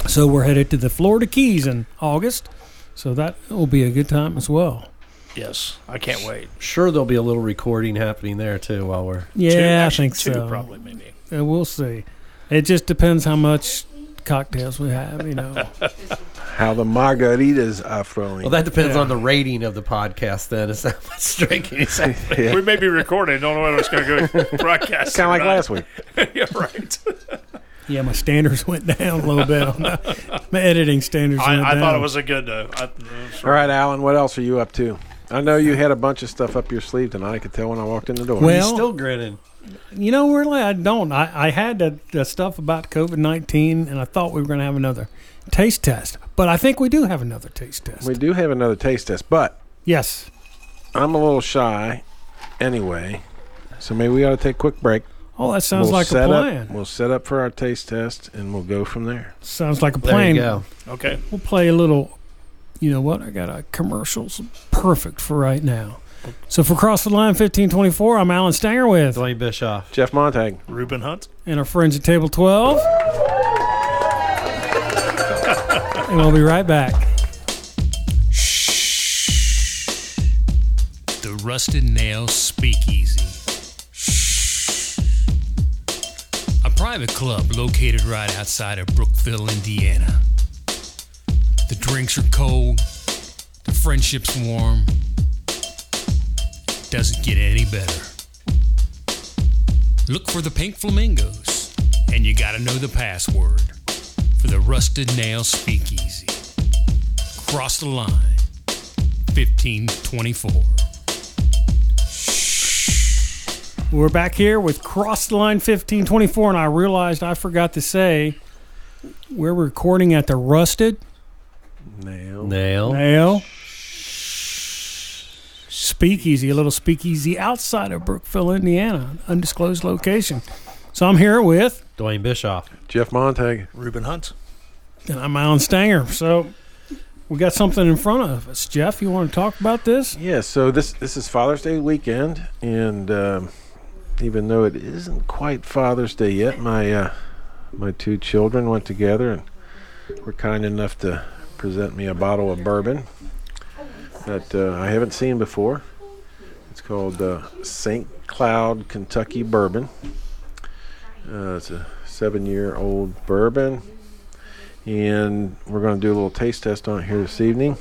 S2: So we're headed to the Florida Keys in August. So that will be a good time as well.
S3: Yes, I can't wait.
S5: Sure, there'll be a little recording happening there too while we're.
S2: Yeah,
S3: Two-
S2: I
S3: actually,
S2: think
S3: two
S2: so.
S3: Probably maybe.
S2: Uh, we'll see. It just depends how much cocktails we have, you know.
S4: How the margaritas are flowing.
S5: Well, that depends
S2: Yeah.
S5: on the rating of the podcast. Then it's how much drinking is happening.
S4: Yeah.
S3: We may be recording. Don't know whether it's going to go broadcast.
S4: kind of like
S3: or not.
S4: last week.
S3: yeah, right.
S2: yeah, my standards went down a little bit. On that. My editing standards went
S3: I, I
S2: down.
S3: thought it was a good. Uh, I,
S4: All right, Alan, what else are you up to? I know you had a bunch of stuff up your sleeve tonight. I could tell when I walked in the door.
S2: Well-
S5: He's still grinning.
S2: You know, really, I don't. I, I had the, the stuff about COVID 19, and I thought we were going to have another taste test. But I think we do have another taste test.
S4: we do have another taste test, but
S2: yes.
S4: I'm a little shy anyway. So maybe we ought to take a quick break.
S2: Oh, that sounds
S4: we'll
S2: like a
S4: set
S2: plan.
S4: Up, we'll set up for our taste test and we'll go from there.
S2: Sounds like a
S5: There
S2: plan.
S5: you go.
S3: okay.
S2: We'll play a little. You know what? I got a commercials perfect for right now. So for Cross the Line 1524, I'm Alan Stanger with
S5: Dwayne Bischoff.
S4: Jeff Montag.
S3: Reuben Hunt.
S2: and our friends at Table 12. and we'll be right back.
S6: The Rusted Nail Speakeasy. A private club located right outside of Brookville, Indiana. The drinks are cold, the friendship's warm. Doesn't get any better. Look for the pink flamingos, and you gotta know the password for the Rusted Nail Speakeasy. Cross the line, 1524.
S2: We're back here with Cross the Line 1524, and I realized I forgot to say we're recording at the Rusted
S4: Nail.
S5: Nail.
S2: Nail Speakeasy, a little speakeasy outside of Brookville, Indiana, undisclosed location. So I'm here with,
S5: Dwayne Bischoff.
S4: Jeff Montag.
S3: Reuben Hunt.
S2: and I'm Alan Stanger. So we got something in front of us. Jeff, you want to talk about this?
S4: Yeah, so this this is Father's Day weekend, and um, even though it isn't quite Father's Day yet, my uh, my two children went together and were kind enough to present me a bottle of bourbon that uh, I haven't seen before. It's called uh, St. Cloud Kentucky Bourbon. Uh, it's a seven-year-old bourbon, and we're going to do a little taste test on it here this evening.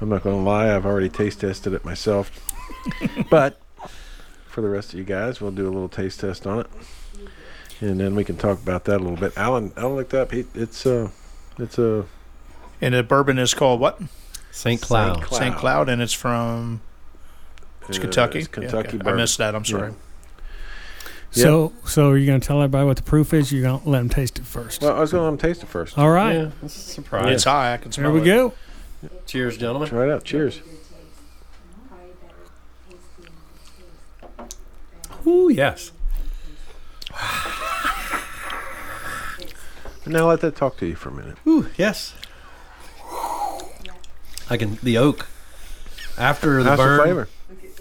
S4: I'm not going to lie, I've already taste tested it myself. but for the rest of you guys, we'll do a little taste test on it. And then we can talk about that a little bit. Alan, Alan looked up. He, it's a, it's uh, a
S3: And the bourbon is called what?
S5: St. Cloud.
S4: St.
S3: St. Cloud, and it's from it's
S4: uh,
S3: Kentucky.
S4: It's
S3: Yeah,
S4: Kentucky
S3: okay.
S4: bourbon.
S3: I missed that. I'm sorry.
S4: Yep.
S2: So, so are you going to tell everybody what the proof is? You're going to let them taste it first.
S4: Well, I was going to let him taste it first.
S2: All right.
S5: Yeah, that's a surprise.
S3: It's high. I can smell
S2: There we
S3: it.
S2: go.
S5: Cheers, gentlemen.
S4: Try it out. Cheers.
S5: Ooh, yes.
S4: Now let that talk to you for a minute.
S5: Ooh, yes. I can the oak after the
S4: How's
S5: burn.
S4: the flavor?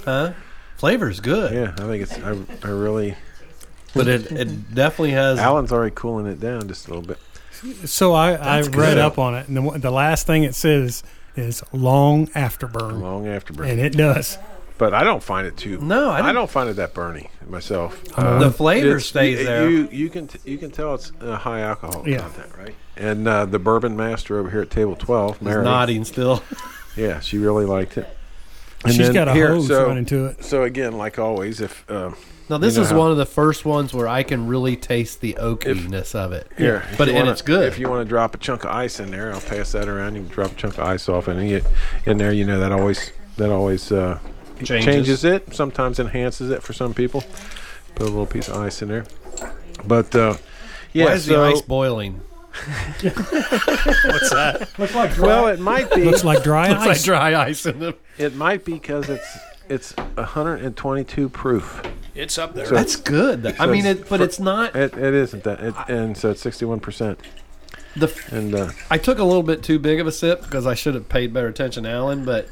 S5: Huh? Flavor's good,
S4: Yeah, I think it's. I, I really.
S5: but it, it definitely has.
S4: Alan's already cooling it down just a little bit.
S2: So I, I read
S4: good.
S2: up on it, and the, one- the last thing it says is long afterburn,
S4: Long afterburn.
S2: and it does.
S4: But I don't find it too.
S5: No, I
S4: I
S5: don't-
S4: don't find it that burny myself.
S5: the flavor
S4: It's-
S5: stays
S4: you,
S5: there.
S4: You you can t- you can tell it's a high alcohol
S2: Yeah.
S4: content, right? And uh, the bourbon master over here at table twelve,
S5: He's
S4: Mary,
S5: nodding still.
S4: yeah, she really liked it.
S2: She's
S4: then
S2: got a
S4: here,
S2: hose
S4: so-
S2: running to it.
S4: So again, like always, if uh,
S5: Now this
S4: You know
S5: is
S4: how-
S5: one of the first ones where I can really taste the oakiness of it.
S4: here, if
S5: but
S4: you
S5: and
S4: wanna-
S5: it's good.
S4: If you want to drop a chunk of ice in there, I'll pass that around. You can drop a chunk of ice off and eat it in there. You know that always that always uh,
S5: Changes.
S4: it. Sometimes enhances it for some people. Put a little piece of ice in there, but uh, yeah.
S5: Why is
S4: so-
S5: the ice boiling?
S3: What's that?
S4: well, it might be.
S2: Looks like dry
S5: It's like
S2: ice.
S5: dry ice in the.
S4: It might be because it's it's 122 proof.
S3: It's up there.
S5: That's good. I mean, it, but it's not.
S4: It, it isn't that, it, and so it's 61 percent.
S5: The
S4: And uh,
S5: I took a little bit too big of a sip because I should have paid better attention, to Alan. But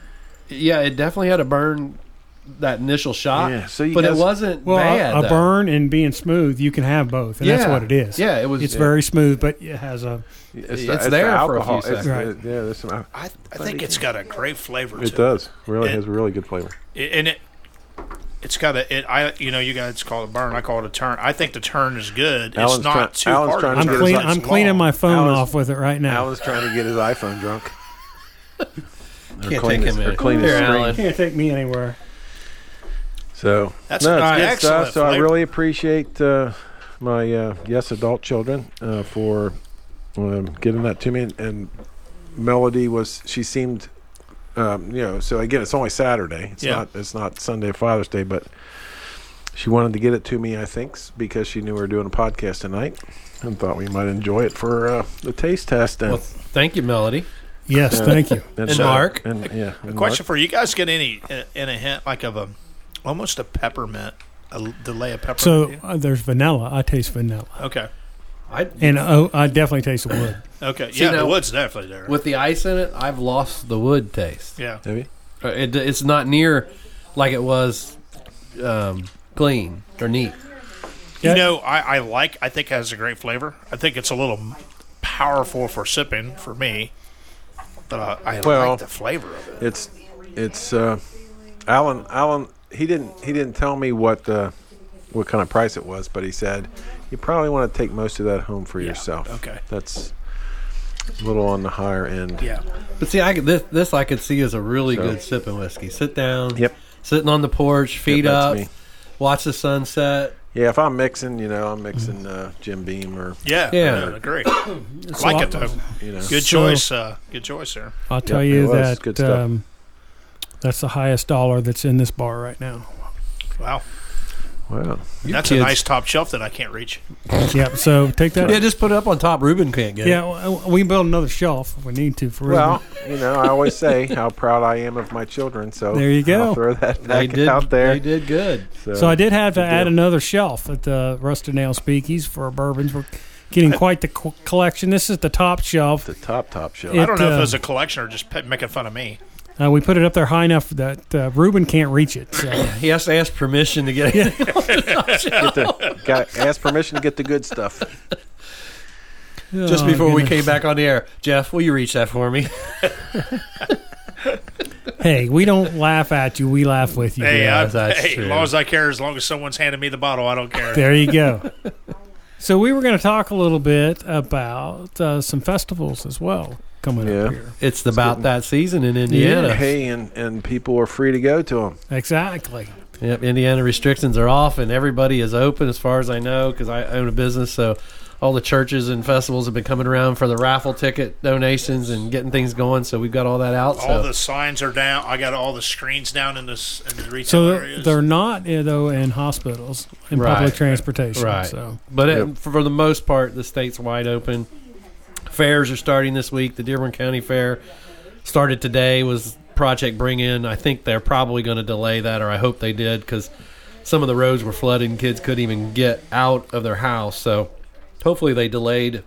S5: yeah, it definitely had a burn that initial shot.
S4: Yeah, so you
S5: but
S4: guys-
S5: it wasn't
S2: Well,
S5: bad.
S2: a, a
S5: though.
S2: burn and being smooth, you can have both, and that's
S5: Yeah.
S2: what it is.
S5: Yeah, it was-
S2: It's
S5: yeah.
S2: very smooth, but it has a.
S4: it's,
S5: It's
S4: the, it's
S5: there
S4: the
S5: for a few
S4: alcohol. It's
S5: seconds.
S4: the- yeah, there's some. al-
S3: I, I think it's got a great flavor.
S4: It
S3: to it.
S4: does. Really
S3: It-
S4: has really good flavor.
S3: it, and it it's got a it I you know you guys call it a burn I call it a turn I think the turn is good
S4: Alan's
S3: it's not
S4: try-
S3: too
S4: Alan's
S3: hard
S4: trying
S3: to
S4: to
S2: I'm
S3: turn.
S4: get
S2: clean,
S4: his-
S3: It's
S2: I'm
S3: long.
S2: cleaning my phone
S4: Alan's-
S2: off with it right now.
S4: Alan's trying to get his iPhone drunk. Or
S5: Can't
S4: clean
S5: take
S4: his-
S5: him
S4: or
S5: in.
S4: clean his
S5: Here,
S4: screen.
S5: Alan.
S2: can't take me anywhere.
S4: So
S3: That's
S4: no, it's
S3: an
S4: good
S3: excellent
S4: stuff. So I
S3: flavor.
S4: really appreciate uh, my uh, yes adult children uh, for um, getting that to me. And Melody was she seemed um, you know so again it's only Saturday. It's
S3: Yeah.
S4: not it's not Sunday or Father's Day, but she wanted to get it to me. I think s- because she knew we were doing a podcast tonight and thought we might enjoy it for uh, the taste test. And,
S5: Well, thank you, Melody.
S2: Yes,
S4: Yeah.
S2: thank you.
S4: and,
S5: and
S4: uh,
S5: Mark?
S4: and yeah,
S3: A
S4: and
S3: question for you guys get any uh, in a hint like of a almost a peppermint a l- delay of peppermint
S2: So
S3: Yeah.
S2: uh, there's vanilla. I taste vanilla,
S3: okay
S5: I
S2: and oh, I definitely taste the wood.
S3: okay
S5: See,
S3: yeah the
S5: now-
S3: wood's definitely there
S5: with the ice in it, I've lost the wood taste.
S3: yeah
S4: Maybe.
S5: Uh, It, it's not near like it was um, clean or neat.
S2: Yeah.
S3: you know I, I like I think it has a great flavor I think it's a little m- powerful for sipping for me but I, I
S4: Well,
S3: like the flavor of it
S4: It's it's uh, Alan. Alan. He didn't he didn't tell me what uh, what kind of price it was, but he said you probably want to take most of that home for yourself.
S3: okay.
S4: that's a little on the higher end.
S3: yeah
S5: But see, I could, this this I could see as a really
S4: So-
S5: good sipping whiskey. Sit down.
S4: Yep.
S5: Sitting on the porch, feet
S4: that's
S5: up,
S4: me.
S5: watch the sunset.
S4: Yeah, if I'm mixing, you know, I'm mixing uh, Jim Beam or
S3: yeah
S5: Yeah.
S3: I agree I like it though
S4: you know.
S3: good
S2: So-
S3: choice uh, good choice there
S2: I'll tell
S4: it
S2: you
S4: was.
S2: that
S4: Good stuff.
S2: Um, that's the highest dollar that's in this bar right now.
S3: wow
S4: Wow.
S5: You
S3: That's
S5: kids-
S3: a nice top shelf that I can't reach.
S2: yep. So take that.
S5: Yeah, just put it up on top. Ruben can't get
S2: Yeah,
S5: it.
S2: w- we can build another shelf if we need to. For real.
S4: Well, you know, I always say how proud I am of my children. So
S2: There you go.
S4: I'll throw that
S5: They
S4: back
S5: did,
S4: out there.
S5: They did good.
S2: so I did have to
S4: Good
S2: add
S4: deal.
S2: another shelf at the Rusted Nail Speakies for bourbons. We're getting quite the co- collection. This is the top shelf.
S4: the top top shelf.
S2: It-
S4: It,
S3: I don't know if
S2: uh,
S3: it was a collection or just pe- making fun of me.
S2: Uh, we put it up there high enough that uh, Ruben can't reach it. So.
S5: He has to ask permission to get it.
S4: Got ask permission to get the good stuff.
S5: Just
S2: Oh,
S5: before we
S2: goodness.
S5: came back on the air, Jeff, will you reach that for me?
S2: Hey, we don't laugh at you. We laugh with you.
S3: Hey,
S5: Yeah,
S3: I,
S5: that's
S3: hey
S5: true.
S3: as long as I care, as long as someone's handing me the bottle, I don't care.
S2: There you go. so we were going to talk a little bit about uh, some festivals as well coming
S4: Yeah.
S2: up here.
S5: It's about that season in Indiana.
S4: Hey, and and people are free to go to them.
S2: Exactly.
S5: Yep, Indiana restrictions are off, and everybody is open as far as I know because I own a business. So all the churches and festivals have been coming around for the raffle ticket donations and getting things going. So we've got all that out.
S3: all
S5: so
S3: the signs are down. I got all the screens down in this in the retail
S2: So they're,
S3: areas.
S2: they're not uh, though in hospitals in
S5: Right.
S2: public transportation.
S5: Right.
S2: So
S5: but it-
S4: Yep.
S5: for the most part, the state's wide open. Fairs are starting this week. The Dearborn County Fair started today. Was Project Bring In? I think they're probably going to delay that, or I hope they did because some of the roads were flooded and kids couldn't even get out of their house. So hopefully they delayed.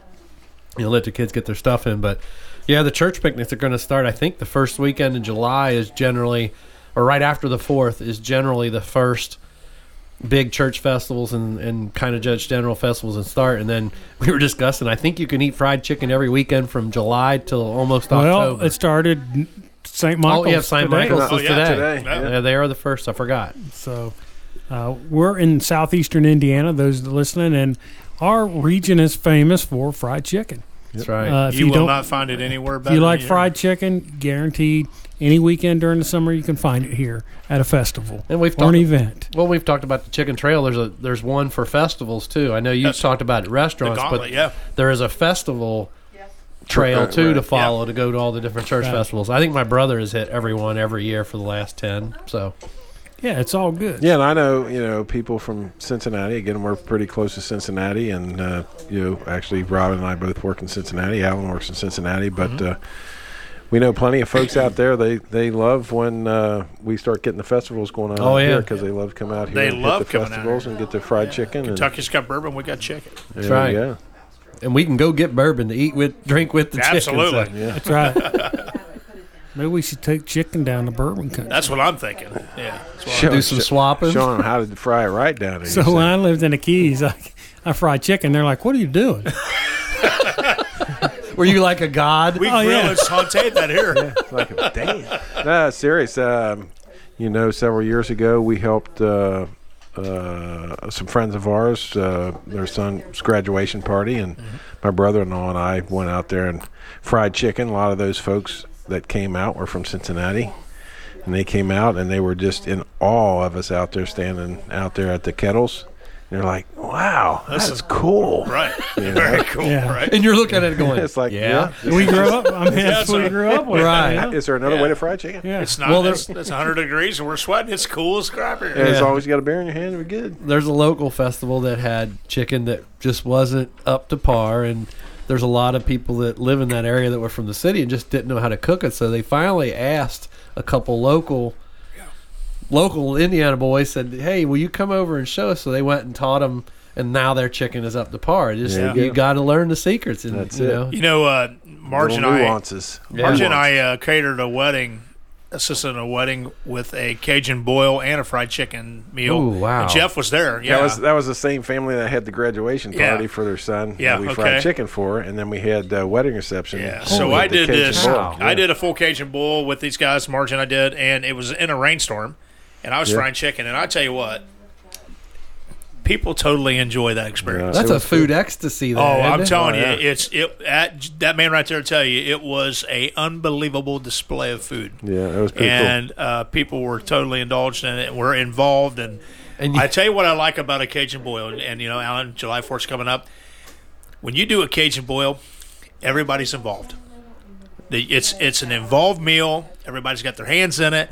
S5: You know, let the kids get their stuff in. But yeah, the church picnics are going to start. I think the first weekend in July is generally, or right after the fourth is generally the first big church festivals and, and kind of judge general festivals and start and then we were discussing i think you can eat fried chicken every weekend from july till almost
S2: well,
S5: october
S2: it started St. Michael's.
S5: oh yeah st
S2: today.
S5: michael's
S4: Oh,
S5: is
S3: yeah,
S5: today,
S4: today,
S5: Yeah,
S4: yeah.
S5: they are the first i forgot
S2: So uh, we're in southeastern Indiana. Those that are listening, and our region is famous for fried chicken.
S5: that's right
S2: Uh, if
S3: you,
S2: you,
S3: will
S2: don't,
S3: not find it anywhere
S2: if
S3: better.
S2: you like
S3: here.
S2: fried chicken, guaranteed any weekend during the summer you can find it here at a festival
S5: and we've
S2: or an
S5: talked
S2: event.
S5: well we've talked about the chicken trail there's a there's one for festivals too i know you've
S3: Yes.
S5: talked about it
S3: the
S5: restaurants
S3: gauntlet,
S5: but
S3: yeah.
S5: there is a festival trail
S4: Right,
S5: too
S4: right.
S5: to follow to go to all the different church
S2: Right.
S5: festivals i think my brother has hit every one every year for the last 10 so
S2: Yeah, it's all good.
S4: Yeah, and I know you know people from Cincinnati. Again, we're pretty close to Cincinnati, and uh, you know, actually, Robin and I both work in Cincinnati. Alan works in Cincinnati, but uh, we know plenty of folks out there. They they love when uh, we start getting the festivals going on. out
S5: Oh, yeah.
S4: because they love coming out here.
S3: They
S4: and hit
S3: love
S4: the
S3: coming out
S4: festivals and get their fried chicken.
S3: Kentucky's got bourbon. We got chicken.
S4: and,
S5: That's right.
S4: Yeah,
S5: and we can go get bourbon to eat with, drink with the chicken.
S3: Absolutely.
S5: So-
S4: Yeah.
S2: That's right. Maybe we should take chicken down to bourbon country.
S3: That's what I'm thinking. Yeah. That's what
S4: Show-
S5: Do some
S4: show-
S5: swapping.
S4: Showing them how to fry it right down there.
S2: So when I lived in the Keys, I, I fried chicken. They're like, "What are you doing?"
S5: Were you like a god?
S3: we
S2: Oh,
S3: grill
S2: yeah.
S3: and saute that here.
S4: like, damn. No, serious. Um, you know, several years ago, we helped uh, uh, some friends of ours, uh, their son's graduation party, and my brother-in-law and I went out there and fried chicken. A lot of those folks that came out were from Cincinnati. And they came out and they were just in awe of us out there standing out there at the kettles. And they're like, wow, this is cool.
S3: Right.
S4: Yeah.
S3: Very cool.
S2: Yeah.
S3: Right.
S5: and you're looking at it going,
S4: It's like,
S5: yeah.
S4: yeah.
S2: We grew up. I mean, that's what we grew up with.
S5: Right.
S2: you know?
S4: Is there another way to fry chicken?
S2: Yeah.
S3: It's not.
S5: Well,
S3: it's, it's 100 degrees and we're sweating. It's cool as crap here.
S4: And As
S5: Yeah.
S4: long as you got a beer in your hand, we're good.
S5: There's a local festival that had chicken that just wasn't up to par, and there's a lot of people that live in that area that were from the city and just didn't know how to cook it. So they finally asked a couple local. Local Indiana boys said, "Hey, will you come over and show us?" So they went and taught them, and now their chicken is up to par. Just
S4: There
S5: you,
S4: you go.
S5: got to learn the secrets, and
S4: That's
S5: you
S4: it.
S5: know,
S3: You know, uh, Marge and
S4: Little
S3: I.
S4: nuances.
S3: Marge and
S4: Nuances.
S3: I uh, catered a wedding, assisted in a wedding with a Cajun boil and a fried chicken meal.
S5: Ooh, wow.
S3: And Jeff was there. Yeah.
S4: That was that was the same family that had the graduation
S3: Yeah.
S4: party for their son. that
S3: Yeah,
S4: we
S3: okay.
S4: fried chicken for, and then we had uh, wedding reception.
S3: yeah.
S4: with
S3: So
S4: the
S3: I did
S4: Cajun
S3: this.
S4: bowl.
S5: Wow.
S3: I did a full Cajun boil with these guys, Marge and I did, and it was in a rainstorm, and I was
S4: Yeah.
S3: frying chicken. And I tell you what, people totally enjoy that experience.
S5: that's
S4: Uh, It
S5: a
S4: was
S5: food ecstasy. There,
S3: Oh,
S5: isn't
S3: I'm
S5: it?
S3: telling you,
S4: yeah.
S3: it's it that that man right there will tell you it was a unbelievable display of food.
S4: Yeah, that was pretty
S3: and uh, people were totally indulged in it, were involved, and
S5: And you-
S3: I tell you what I like about a Cajun boil, and, and, you know, Alan, July Fourth's coming up. When you do a Cajun boil, everybody's involved. The, it's it's an involved meal. Everybody's got their hands in it,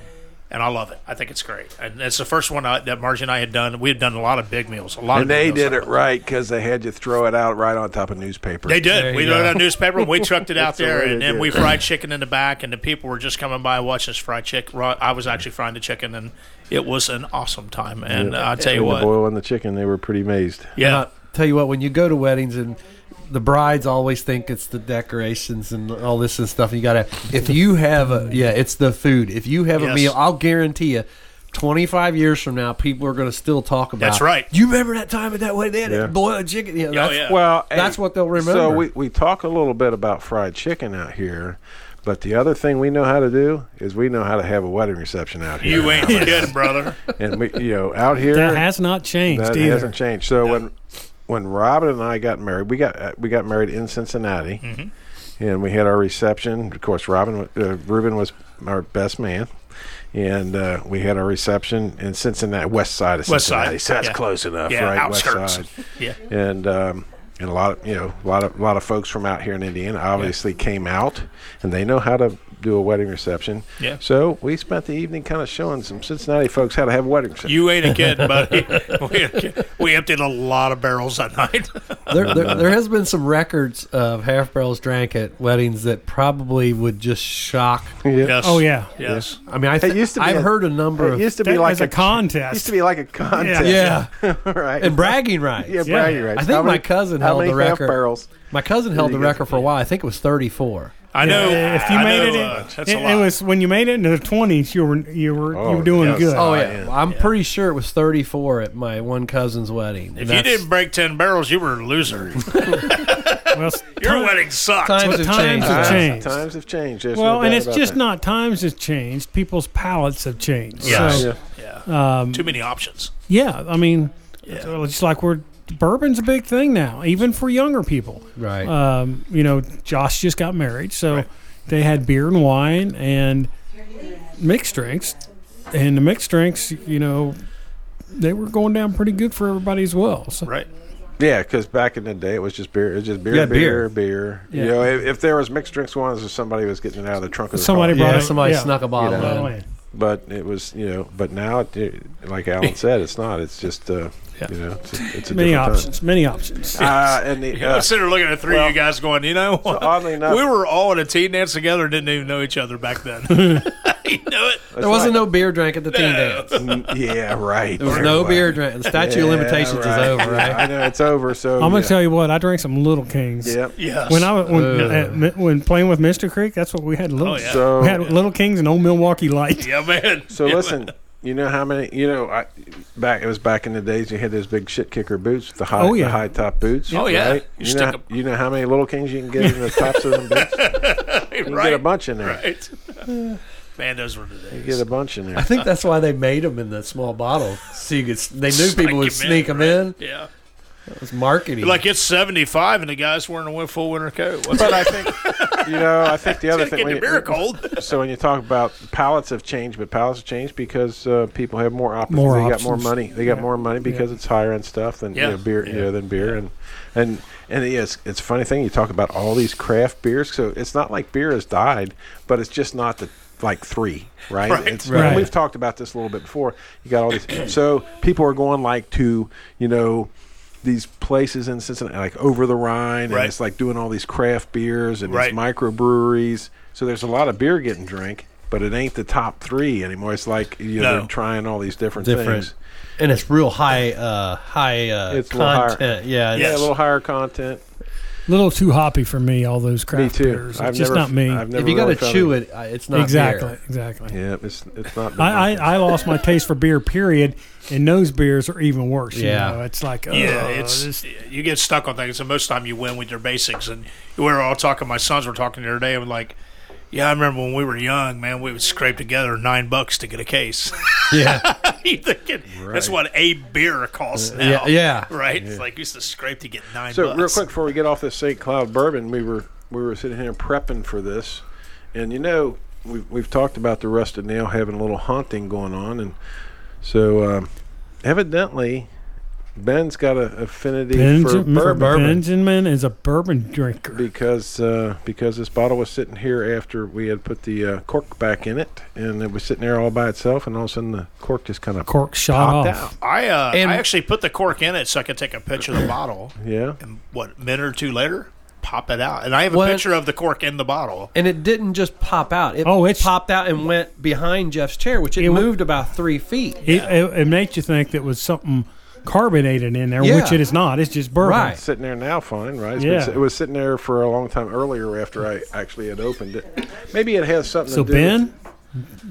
S3: and I love it. I think it's great, and it's the first one I, that Margie and I had done. We had done a lot of big meals, a lot.
S4: cool.
S3: of
S4: And
S3: big
S4: they
S3: meals.
S4: did it right because they had you throw it out right on top of newspaper.
S3: They
S5: There
S3: did. We
S5: you
S3: wrote
S5: go.
S3: out a newspaper and we trucked it out
S4: That's the
S3: there,
S4: way
S3: and
S4: they
S3: then
S4: do
S3: we
S4: it.
S3: fried chicken in the back, and the people were just coming by watching us fry chicken. I was actually frying the chicken, and it was an awesome time. And I tell you
S4: And the
S3: what,
S4: boil and the chicken, they were pretty amazed.
S3: yeah,
S5: I tell you what, when you go to weddings and the brides always think it's the decorations and all this and stuff. You gotta if you have a yeah, it's the food. If you have a
S3: Yes.
S5: meal, I'll guarantee you. 25 years from now, people are going to still talk about.
S3: That's right. Oh,
S5: You remember that time at that way they had
S4: Yeah.
S5: a boiled chicken? Yeah, that's,
S3: yeah.
S4: Well,
S5: That's what they'll remember.
S4: So we, we talk a little bit about fried chicken out here, but the other thing we know how to do is we know how to have a wedding reception out here.
S3: you ain't kidding, brother.
S4: and we you know out here
S2: That has not changed
S4: That
S2: either.
S4: hasn't changed. So when when Robin and I got married, we got uh, we got married in Cincinnati,
S3: Mm-hmm.
S4: and we had our reception. Of course, Robin wa- uh, Ruben was our best man, and uh, we had our reception in Cincinnati, west side of
S3: West
S4: Cincinnati.
S3: side,
S4: So that's
S3: yeah.
S4: close enough,
S3: Yeah,
S4: right?
S3: outskirts.
S4: West side,
S3: Yeah,
S4: and. Um, and a lot of you know a lot of a lot of folks from out here in Indiana obviously came out and they know how to do a wedding reception.
S3: Yeah.
S4: So we spent the evening kind of showing some Cincinnati folks how to have a wedding reception.
S3: you ain't a kid, buddy. We, ain't a kid. we emptied a lot of barrels that night.
S5: there, there, there has been some records of half barrels drank at weddings that probably would just shock.
S3: yes.
S2: Oh yeah.
S3: Yes.
S5: I mean, I
S4: It used to be
S5: I've
S4: a-
S5: heard a number
S4: It
S5: of
S4: used to
S2: That
S4: be like
S2: was a, contest.
S4: Used to be like a contest.
S5: yeah,
S4: right.
S5: and bragging rights.
S4: yeah,
S2: Yeah.
S4: bragging rights.
S5: I think
S4: How
S5: my
S4: many-
S5: cousin
S4: how
S5: held
S4: many
S5: the
S4: half
S5: record.
S4: barrels?
S5: My cousin held the
S4: you go.
S5: record for a while. I think it was 34.
S3: I know.
S2: Yeah, if you
S3: I
S2: made
S3: know,
S2: it,
S3: uh,
S2: in,
S3: that's a
S2: it,
S3: lot.
S2: it was when you made it into the twenties. You were you were you
S4: Oh,
S2: were doing
S4: yes.
S2: good.
S5: Oh,
S4: Oh,
S5: yeah.
S4: yeah.
S5: I'm pretty sure it was 34 at my one cousin's wedding.
S3: If you
S5: That's-
S3: didn't break ten barrels, you were a loser.
S2: Well, s-
S3: Your
S2: time-
S3: wedding sucked.
S5: Times
S2: Well,
S5: have
S2: times
S5: changed.
S2: have
S5: now.
S2: changed.
S4: Times, Ah, times have changed. There's
S2: Well,
S4: no
S2: and
S4: doubt
S2: it's
S4: about
S2: just
S4: that.
S2: not times has changed. People's palates have changed.
S3: Yeah.
S2: So,
S4: Yeah.
S3: Yeah. Too many options.
S2: yeah. I mean,
S3: Yeah.
S2: so it's like we're bourbon's a big thing now, even for younger people.
S5: Right.
S2: Um, you know, Josh just got married, so they had beer and wine and mixed drinks, and the mixed drinks, you know, they were going down pretty good for everybody as well. So
S3: Right.
S4: Yeah, because back in the day it was just beer. It was just beer,
S5: Yeah,
S4: beer,
S5: beer.
S4: beer.
S2: Yeah.
S4: You know, if, if there was mixed drinks ones, or somebody was getting it out of the trunk of the
S2: Somebody
S4: car.
S2: brought
S5: yeah,
S2: it-
S5: somebody
S2: yeah.
S5: snuck a bottle
S4: You know.
S2: Oh,
S5: in.
S2: man.
S4: But it was you know. But now, it- it, like Alan said, it's not. It's just uh, you know, it's a, it's a
S2: many
S4: different
S2: options, many options.
S4: Time. Uh, and the,
S3: Yeah,
S4: uh,
S3: I'm sitting there looking at three of
S4: well,
S3: you guys going, you know, what?
S4: oddly enough-
S3: we were all in a teen dance together, didn't even know each other back then. you know it.
S5: there wasn't no beer drank at the team dance.
S4: yeah, right.
S5: There was no beer drank. The statute of limitations is over, right?
S4: I know it's over. So
S2: I'm gonna
S4: yeah.
S2: tell you what. I drank some Little Kings.
S4: Yep.
S3: Yes.
S2: When I was- when,
S5: Ugh.
S2: at Mi- when playing with Mister Creek, that's what we had. Little,
S3: Oh, yeah.
S4: So
S2: we had Little Kings and Old Milwaukee Light.
S3: yeah, man.
S4: So
S3: It was-
S4: listen, you know how many? You know, I, back it was back in the days you had those big shit kicker boots, the high,
S2: Oh, yeah.
S4: the high top boots.
S3: Oh, yeah.
S4: right?
S3: You
S4: You, know,
S3: stick 'em-
S4: you know how many little kings you can get in the tops of them boots? You can
S3: right.
S4: get a bunch in there.
S3: Right. man, those were the days.
S4: You get a bunch in
S5: I
S4: there.
S5: think that's why they made them in the small bottle, so you could. s- They knew people would sneak them in.
S3: Yeah.
S5: It was marketing.
S3: Like it's 75 and the guy's wearing a win- full winter coat. What's
S4: But I think, you know, I think the other
S3: that?
S4: thing.
S3: Getting
S4: when
S3: a beer
S4: you-
S3: cold.
S4: so when you talk about palettes have changed, but palettes have changed because uh, people have more options.
S2: More
S4: they got more
S2: options.
S4: money. They got more money because it's higher end stuff than
S3: Yeah.
S4: you know, beer. You
S3: Yeah.
S4: know, than beer and and and yeah, it's it's a funny thing you talk about all these craft beers. So it's not like beer has died, but it's just not the like three, right?
S3: Right.
S4: It's,
S2: Right.
S4: We've talked about this a little bit before. You got all these. so people are going like to you know. These places in Cincinnati, like over the Rhine,
S3: Right.
S4: and it's like doing all these craft beers and
S3: Right.
S4: these microbreweries. So there's a lot of beer getting drank, but it ain't the top three anymore. It's like you know
S3: No.
S4: they're trying all these different,
S5: different,
S4: things.
S5: and it's real high, uh, high uh,
S4: It's a little higher.
S5: content. Yeah,
S4: Yeah,
S3: Yes.
S4: a little higher content.
S2: little too hoppy for me. All those
S4: Me
S2: craft
S4: too.
S2: beers. It's just not me.
S4: I've never
S5: if you got
S4: really
S5: to
S4: found
S5: chew it, uh, it's not
S2: exactly.
S5: beer.
S2: Exactly.
S4: Yeah, it's it's not. been
S2: I,
S4: my-
S2: I, I lost my taste for beer, period, and those beers are even worse.
S5: Yeah.
S2: You know, it's like, oh,
S3: Yeah, it's
S2: this-
S3: you get stuck on things, and most time you win with your basics. And we were all talking. My sons were talking the other day, and like, yeah, I remember when we were young, man, we would scrape together nine bucks to get a case.
S5: Yeah,
S3: you thinking that's what a beer costs now?
S5: Yeah, yeah.
S3: right. It's like we used to scrape to get nine.
S4: so
S3: bucks.
S4: real quick before we get off this St. Cloud bourbon, we were we were sitting here prepping for this, and you know we've we've talked about the rusted nail having a little haunting going on, and so um, evidently Ben's got an affinity for
S2: Benjamin,
S4: bourbon.
S2: Benjamin is a bourbon drinker.
S4: because uh, because this bottle was sitting here after we had put the uh, cork back in it, and it was sitting there all by itself, and all of a sudden the cork just kind of
S2: Cork shot
S4: popped
S2: off.
S4: out.
S3: I uh,
S5: And-
S3: I actually put the cork in it so I could take a picture of the bottle,
S4: Yeah,
S3: and what a minute or two later, pop it out, and I have a
S5: What?
S3: picture of the cork in the bottle.
S5: and it didn't just pop out. It
S2: Oh, it's-
S5: popped out and went behind Jeff's chair, which it,
S2: It wa-
S5: moved about three feet.
S2: It, it, it makes you think that was something carbonated in there,
S5: Yeah.
S2: which it is not. It's just bourbon.
S5: Right.
S4: sitting there now, fine, right? It's
S2: Yeah.
S4: been, it was sitting there for a long time earlier after I actually had opened it. Maybe it has something
S2: So
S4: to do
S2: Ben,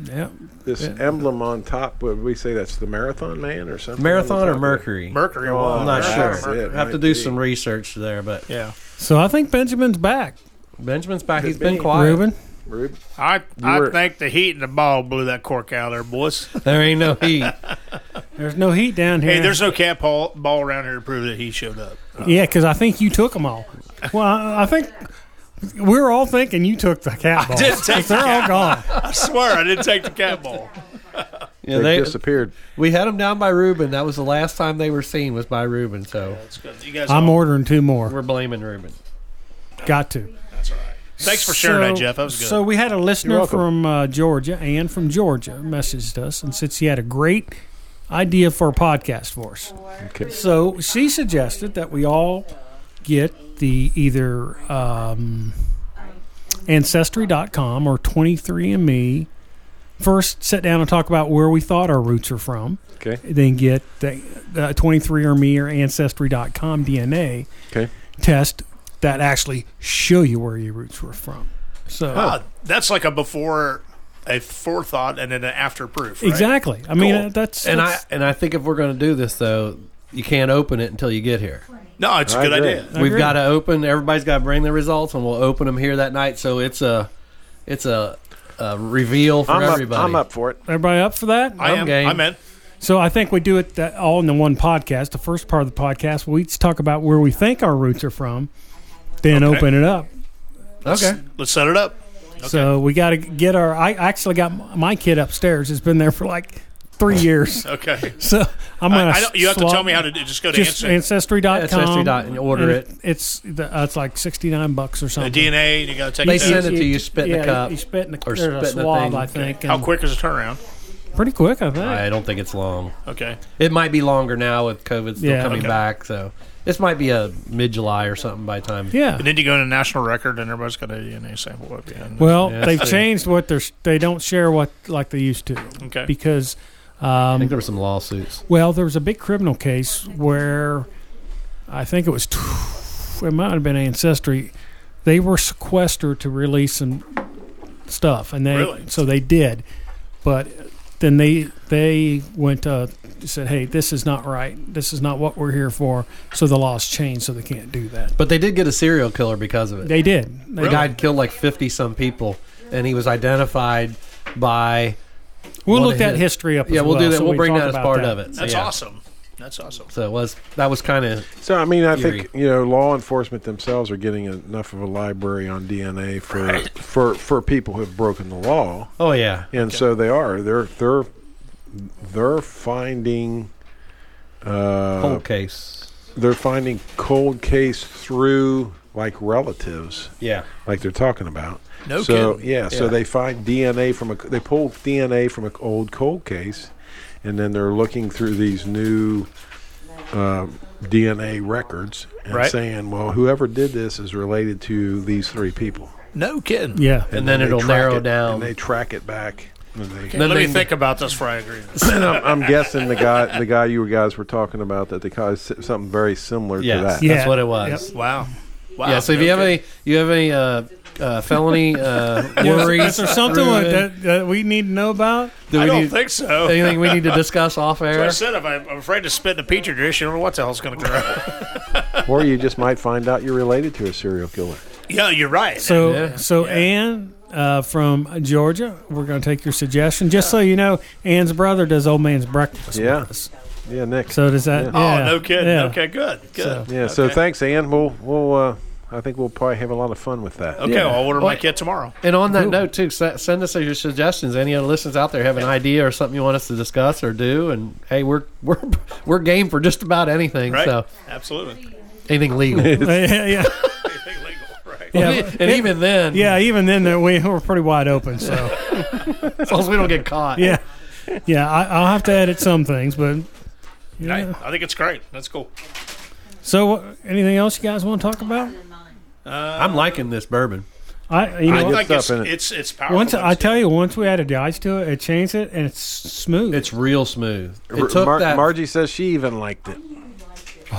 S2: yeah,
S4: with this emblem on top. Would we say that's the marathon man or something?
S5: Marathon or Mercury?
S3: Mercury.
S4: Oh,
S3: well,
S5: I'm not
S4: Mercury.
S5: sure.
S4: Yeah, it
S5: have to
S4: might be.
S5: do some research there, but
S3: Yeah,
S2: so I think Benjamin's back.
S5: Benjamin's back. He's
S4: Could
S5: been
S4: be.
S5: quiet.
S2: Reuben,
S4: Rube?
S3: I I
S4: were-
S3: think the heat in the ball blew that cork out of there, boys.
S5: There ain't no heat.
S2: there's no heat down here.
S3: Hey, there's no cat ball, ball around here to prove that he showed up.
S2: yeah, because I think you took them all. Well, I, I think we're all thinking you took the cat balls.
S3: did take the
S2: they're all gone.
S3: I swear I didn't take the cat ball.
S5: Yeah,
S4: they,
S5: they,
S4: disappeared.
S5: we had them down by Reuben. That was the last time they were seen was by Reuben. So
S3: That's good. You guys
S2: I'm
S3: all-
S2: ordering two more.
S5: we're blaming Reuben.
S2: Got to.
S3: Thanks for sharing that,
S2: So-
S3: Jeff. That was good.
S2: So we had a listener
S4: welcome.
S2: from uh, Georgia, Ann from Georgia, messaged us and said she had a great idea for a podcast for us.
S4: Okay.
S2: So she suggested that we all get the either um, Ancestry.com or 23andMe. First, sit down and talk about where we thought our roots are from.
S4: Okay.
S2: Then get the uh, 23andMe or Ancestry.com DNA
S4: Okay.
S2: test that actually show you where your roots were from. So
S3: Wow, that's like a before, a forethought, and then an after proof. right?
S2: exactly. I mean,
S3: Cool.
S2: uh, that's
S5: And I
S2: that's-
S5: and I think if we're going to do this though, you can't open it until you get here.
S3: No, it's a
S4: I
S3: good
S4: agree.
S3: idea.
S2: I
S5: We've
S2: agree.
S5: got to open. Everybody's got to bring the results, and we'll open them here that night. So it's a it's a, a reveal for
S4: I'm up,
S5: everybody.
S4: I'm up for it.
S2: everybody up for that.
S3: I
S5: I'm
S3: am.
S5: game.
S3: I'm in.
S2: So I think we do it that all in the one podcast. The first part of the podcast, we each talk about where we think our roots are from, then
S3: Okay.
S2: open it up.
S5: Okay.
S3: Let's set it up.
S2: So we got to get our. I actually got m- my kid upstairs. It's been there for like three years.
S3: Okay.
S2: So I'm
S3: I,
S2: gonna.
S3: I don't, you have to
S2: swap-
S3: tell me how to do- just go to
S2: Just
S3: Ancestry.
S2: ancestry.com.
S5: Ancestry dot- and order
S2: And
S5: it.
S2: It's the, uh, it's like sixty nine bucks or
S3: The
S2: something.
S3: DNA. You got to take
S5: They
S3: a
S5: send
S3: test.
S5: it to you, spit in the
S2: yeah,
S5: cup.
S2: You spit in the,
S5: Or
S2: there's a
S5: spit in the
S2: swab,
S5: thing.
S2: I think.
S3: How
S2: and
S3: quick is the turnaround?
S2: Pretty quick, I think.
S5: I don't think it's long.
S3: Okay.
S5: It might be longer now with COVID still
S2: Yeah.
S5: coming
S3: Okay.
S5: back. So This might be a mid July or something by the time.
S2: Yeah.
S3: And then you go to national record, and everybody's got a DNA sample up. Yeah.
S2: Well,
S5: Yeah,
S2: they've
S5: so-
S2: changed what they're they don't share what like they used to
S3: okay.
S2: because
S5: I think
S2: um,
S5: there were some lawsuits.
S2: well there was a big criminal case where I think it was tw- it might have been ancestry they were sequestered to release some stuff and they
S3: Really?
S2: so they did but then they they went uh said hey this is not right this is not what we're here for so the laws changed so they can't do that
S5: But they did get a serial killer because of it.
S2: they did they
S5: The guy had killed like 50 some people, and he was identified by.
S2: We'll
S5: Wanna
S2: look that
S5: hit-
S2: history up.
S5: Yeah,
S2: as
S5: we'll
S2: well,
S5: do that.
S2: so
S5: we'll
S2: we
S5: bring
S2: talk
S5: that as
S2: about
S5: part
S2: that.
S5: of it. So,
S3: That's
S5: yeah.
S3: awesome. That's awesome.
S5: So it was that was kind of
S4: So I mean, I think
S5: Eerie.
S4: you know, law enforcement themselves are getting enough of a library on DNA for for for people who have broken the law,
S5: oh yeah
S4: and so they are they're they're they're finding uh,
S5: cold case
S4: they're finding cold case through like relatives,
S5: yeah
S4: like they're talking about.
S3: No
S4: so,
S3: kidding.
S4: Yeah, so
S5: Yeah.
S4: they find DNA from a they pulled DNA from an old cold case, and then they're looking through these new uh, DNA records and
S3: Right.
S4: saying, well, whoever did this is related to these three people.
S3: No kidding.
S2: Yeah.
S5: And then
S4: they
S5: it'll
S4: track
S5: narrow
S4: it-
S5: down.
S4: And they track it back. and they-
S5: Then
S3: Let me
S5: they-
S3: think about this before I agree.
S4: and I'm, I'm guessing the guy, the guy you guys were talking about, that the guy is something very similar
S5: yes
S4: to that.
S2: Yeah.
S5: that's what it was
S3: Wow. Wow.
S5: yeah so if you
S3: No
S5: have
S3: kidding.
S5: any you have any uh, uh, felony uh,
S2: Is
S5: worries
S2: there something
S5: through
S2: like
S5: it?
S2: that, that we need to know about?
S5: Do we
S3: I don't
S5: need-
S3: think so.
S5: anything we need to discuss off
S3: That's what I
S5: air
S3: said if I, I'm afraid to spit in a petri dish, you don't know what the hell's going to grow.
S4: Or you just might find out you're related to a serial killer.
S3: yeah, you're right.
S2: So,
S5: Yeah.
S2: so Ann uh, from Georgia, we're going to take your suggestion. Just so you know, Ann's brother does Old Man's Breakfast.
S4: Yeah.
S2: With us.
S4: Yeah, Nick.
S2: So does that?
S3: oh,
S2: yeah,
S3: no kidding.
S2: yeah.
S3: Okay, good. Good.
S2: So-
S4: Yeah. So
S3: Okay.
S4: thanks, Ann. We'll we'll uh, I think we'll probably have a lot of fun with that.
S3: Okay, well, I'll order my
S5: Wait.
S3: kit tomorrow.
S5: and on that note too se- send us your suggestions any other listeners out there have an idea or something you want us to discuss or do and hey we're we're we're game for just about anything
S3: Right?
S5: so
S3: Absolutely.
S5: anything legal
S2: yeah, yeah,
S3: Anything legal, right?
S2: yeah.
S5: and even then
S2: Yeah, even then, there- we we're pretty wide open. So,
S5: as long as we don't get caught
S2: yeah, yeah. I, I'll have to edit some things, but
S3: Right. I think it's great. That's cool.
S2: so uh, anything else you guys want to talk about?
S5: i'm liking this bourbon
S2: I, you know,
S3: I
S2: what?
S4: get
S3: think
S4: stuff
S3: it's,
S4: in it.
S3: it's it's powerful.
S2: Once I
S3: It's-
S2: tell you, once we added the ice to it, it changed it, and it's smooth.
S5: It's real smooth.
S4: R-
S5: It took
S4: Mar-
S5: that.
S4: Margie says she even liked it.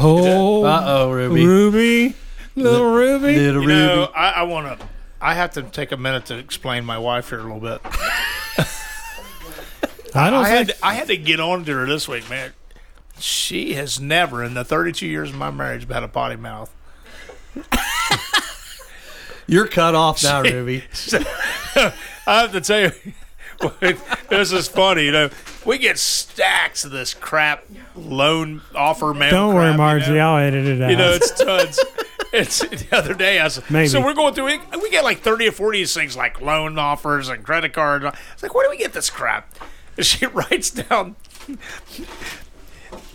S2: oh,
S5: uh oh, Ruby.
S2: Ruby. little Ruby.
S5: Little
S3: you
S5: Ruby.
S3: know, I, I want to. I have to take a minute to explain my wife here a little bit.
S2: I don't
S3: I
S2: think
S3: had I had to get on to her this week, man. She has never, in the 32 years of my marriage, had a potty mouth.
S5: You're cut off now, Ruby.
S3: I have to tell you, this is funny. You know, we get stacks of this crap loan offer mail.
S2: Don't worry,
S3: crap,
S2: Margie.
S3: You know,
S2: I'll edit it out.
S3: You know, it's tons. It's the other day. I was
S2: Uh-huh. Maybe.
S3: so we're going through. We, we get like thirty or forty of these things, like loan offers and credit cards. I was like, where do we get this crap? And she writes down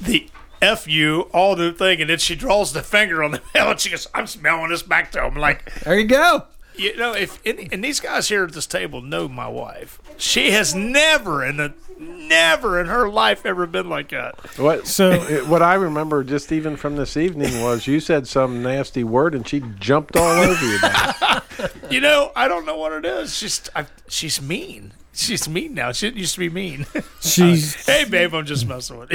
S3: the F you all new thing, and then she draws the finger on the mail, and she goes, "I'm smelling this back to him." Like,
S5: There you go.
S3: you know, if and, and these guys here at this table know my wife. She has never in the never in her life ever been like that.
S4: What
S2: So-
S4: it- what I remember just even from this evening was you said some nasty word and she jumped all over you.
S3: You know, I don't know what it is. She's I, she's mean. She's mean now. She didn't used to be mean.
S2: she's.
S3: hey, babe, I'm just messing with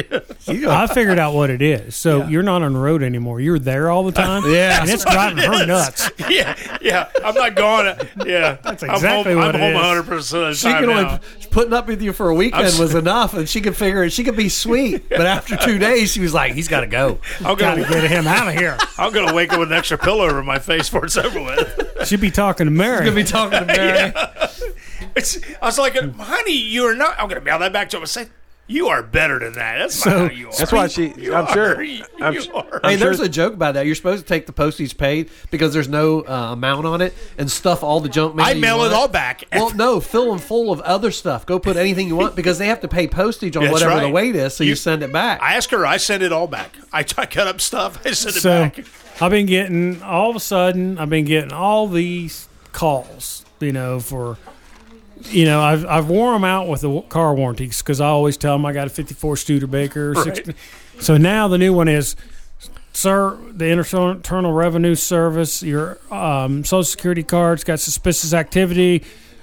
S3: you.
S2: I figured out what it is. So you're not on the road anymore. You're there all the time.
S5: Yeah.
S2: and it's driving her nuts.
S3: yeah, yeah. I'm not going. Yeah, that's
S2: exactly
S3: I'm home,
S2: what
S3: I'm
S2: it
S3: home
S2: is.
S3: 100 percent of the
S5: She
S3: time
S5: could
S3: now.
S5: only putting up with you for a weekend
S3: I'm s-
S5: was enough, and she could figure it. She could be sweet, but after two days, she was like, "He's got to go."
S3: I'm
S2: Got to
S3: gonna,
S2: get him out of here.
S3: I'm gonna wake up with an extra pillow over my face before it's over with.
S2: She'd be talking to Mary.
S5: Gonna be talking to Mary.
S3: It's, I was like, honey, you are not. I'm gonna mail that back to him and say, you are better than that. That's not how you are.
S4: That's why she.
S3: You
S4: I'm
S3: are.
S4: sure.
S3: You are.
S4: I'm,
S5: Hey,
S4: I'm
S5: there's
S4: sure-
S5: a joke about that. You're supposed to take the postage paid because there's no uh, amount on it, and stuff all the junk mail.
S3: I
S5: you
S3: mail it
S5: want.
S3: all back.
S5: Well, no, fill them full of other stuff. Go put anything you want because they have to pay postage on
S3: That's
S5: whatever the
S3: right.
S5: weight is, so you,
S3: You-
S5: send it back.
S3: I asked her. I sent it all back. I, I cut up stuff. I sent it
S2: so
S3: back.
S2: I've been getting all of a sudden. I've been getting all these calls. You know for. You know, I've I've worn them out with the w- car warranties because I always tell them I got a '54 Studebaker.
S3: Right.
S2: 60. So now the new one is Sir, the Inter- Internal Revenue Service, your um, Social Security card's got suspicious activity.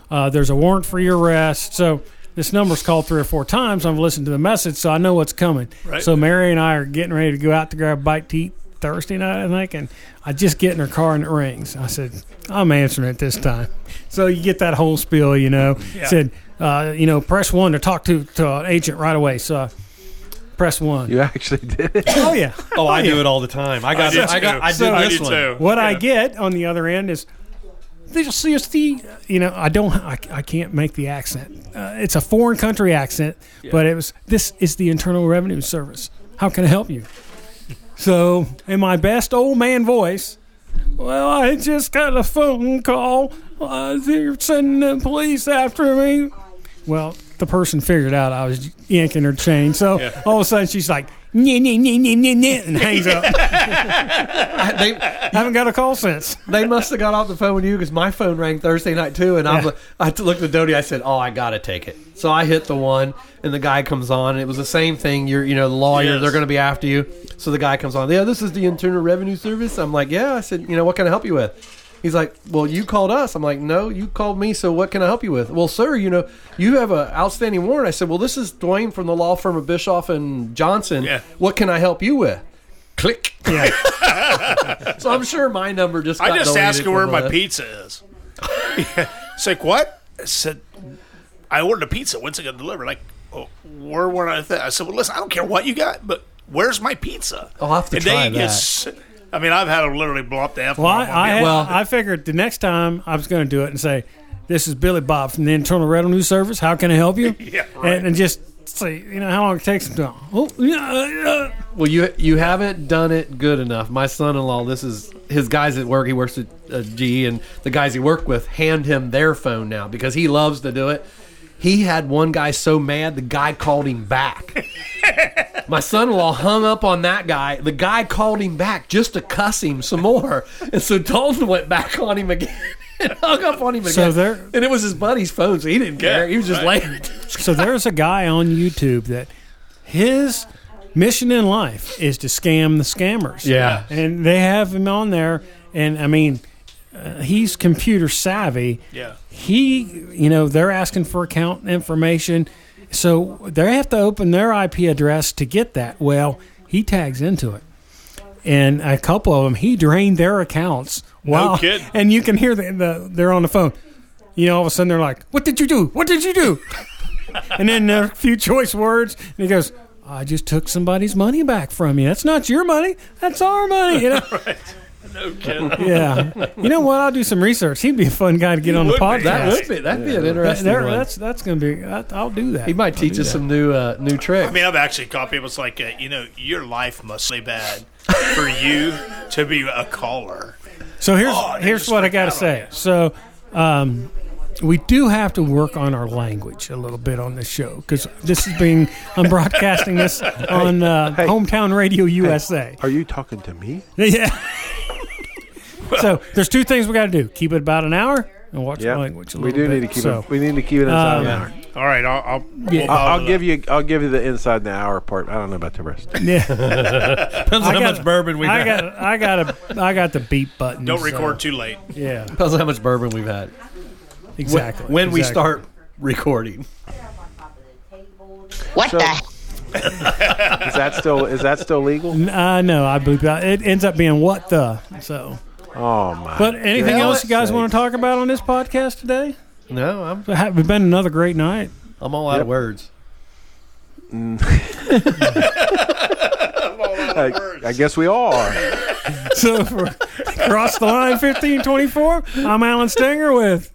S2: Uh, there's a warrant for your arrest. So this number's called three or four times. I've listened to the message, so I know what's coming.
S3: Right.
S2: So Mary and I are getting ready to go out to grab a bite to eat Thursday night, I think, and I just get in her car and it rings. I said, I'm answering it this time. So you get that whole spiel, you know.
S3: Yeah.
S2: Said, uh, you know, press one to talk to, to an agent right away. So I press one.
S4: You actually did it.
S2: Oh, yeah.
S5: Oh, I do it all the time. I got.
S3: do
S5: I, got.
S3: too.
S5: I did
S3: I
S5: this
S3: do
S5: one.
S3: too.
S2: What I
S3: Yeah.
S2: get on the other end is there's just the you know I don't I, I can't make the accent. Uh, it's a foreign country accent, but it was this is the Internal Revenue Service. How can I help you? So in my best old man voice, well I just got a phone call. Uh, they're sending the police after me. Well, the person figured out I was yanking her chain, so all of a sudden she's like, "Nyeh, nyeh, nyeh, nyeh, nyeh, nyeh," and hangs up.
S5: I- they
S2: Haven't got a call since.
S5: they must have got off the phone with you because my phone rang Thursday night too, and I'm,
S2: Yeah.
S5: I t- looked at Doty. I said, "Oh, I gotta take it." So I hit the one, and the guy comes on, and it was the same thing. You're, you know, the lawyer.
S3: Yes.
S5: They're going to be after you. So the guy comes on. Yeah, this is the Internal Revenue Service. I'm like, yeah. I said, you know, what can I help you with? He's like, well, you called us. I'm like, no, you called me. So what can I help you with? Well, sir, you know, you have a outstanding warrant. I said, well, this is Dwayne from the law firm of Bischoff and Johnson.
S3: Yeah.
S5: What can I help you with? Click.
S2: Yeah.
S5: So I'm sure my number just. Got
S3: I just
S5: deleted
S3: asked her
S5: from
S3: where
S5: the
S3: my
S5: list.
S3: pizza is. It's like, what? I said, I ordered a pizza. When's it going to deliver? Like, oh, where were I? Th-? I said, well, listen, I don't care what you got, but where's my pizza?
S5: I'll have to
S3: and
S5: try
S3: they
S5: that.
S3: Just, I mean, I've had to literally blow up the F.
S2: Well, I, I, had,
S5: Well-
S2: I figured the next time I was going to do it and say, "This is Billy Bob from the Internal Revenue Service. How can I help you?"
S3: Yeah, right.
S2: and, and just say, you know, how long it takes them to. Oh, yeah, yeah.
S5: Well, you you haven't done it good enough. My son-in-law, this is his guys at work. He works at uh, GE, and the guys he worked with hand him their phone now because he loves to do it. He had one guy so mad, the guy called him back. My son-in-law hung up on that guy. The guy called him back just to cuss him some more, and so Dalton went back on him again. And hung up on him again.
S2: So there-
S5: and it was his buddy's phone, so he didn't care.
S3: Yeah,
S5: he was just
S3: right.
S5: laying it.
S2: So there's a guy on YouTube that his mission in life is to scam the scammers.
S5: Yeah.
S2: and they have him on there, and I mean, uh, he's computer savvy.
S3: Yeah.
S2: he you know they're asking for account information so they have to open their ip address to get that well he tags into it and a couple of them he drained their accounts wow
S3: kidding.
S2: and you can hear the, the they're on the phone you know all of a sudden they're like what did you do what did you do and then there are a few choice words and he goes i just took somebody's money back from you that's not your money that's our money you know
S3: No kidding.
S2: yeah you know what i'll do some research he'd be a fun guy to get on the
S3: would be.
S2: podcast
S5: That would be that'd be an
S2: that,
S5: interesting
S2: there-
S5: one.
S2: that's that's gonna be. That, I'll do that.
S5: He might teach us some new uh, new tricks.
S3: I mean, I've actually caught people. It's like, uh, you know, your life must be bad for you to be a caller.
S2: So here's
S3: Oh, they
S2: here's
S3: just
S2: what I
S3: freaked
S2: gotta
S3: out on
S2: say.
S3: you.
S2: So, um, we do have to work on our language a little bit on this show because this is being I'm broadcasting this on uh,
S4: Hey.
S2: hometown radio USA.
S4: Are you talking to me?
S2: Yeah. so there's two things we gotta do: keep it about an hour and watch the language. A
S4: we
S2: little
S4: do need to
S2: bit.
S4: keep
S2: so,
S4: it. We need to keep it inside an
S2: Um,
S4: hour.
S3: All right, I'll, I'll,
S2: Yeah.
S4: I'll, I'll give you. I'll give you the inside the hour part. I don't know about the rest.
S2: Yeah,
S5: Depends on
S2: I
S5: how
S2: got-
S5: much bourbon we've
S2: I
S5: had.
S2: got I got a I got the beat button.
S3: Don't
S2: so,
S3: record too late.
S2: yeah,
S5: Depends on how much bourbon we've had.
S2: exactly.
S5: When we
S2: exactly.
S5: start recording.
S7: What
S4: So-
S7: the? heck?
S4: Is that still? Is that still legal?
S2: Uh, no, I bleeped out. It ends up being what the so.
S4: Oh my!
S2: But anything
S5: Yeah.
S2: else you guys want to talk about on this podcast today?
S5: No, I'm
S2: It ha- It's been another great night.
S5: I'm all out of words.
S4: I, I guess we all are.
S2: So for cross the line fifteen twenty four. I'm Alan Stinger with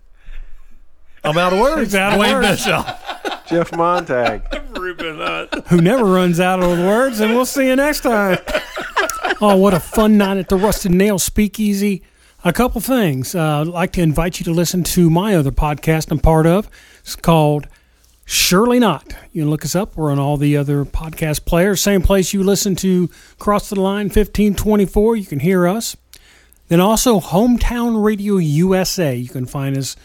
S5: I'm out of words.
S2: It's Out of
S5: Dwayne
S2: Words.
S5: Bischoff.
S4: Jeff Montag.
S3: Ruben uh, Hunt.
S2: who never runs out of words, and we'll see you next time. oh, what a fun night at the Rusted Nail Speakeasy. A couple things. Uh, I'd like to invite you to listen to my other podcast I'm part of. It's called Surely Not. You can look us up. We're on all the other podcast players. Same place you listen to Cross the Line 1524. You can hear us. Then also Hometown Radio USA. You can find us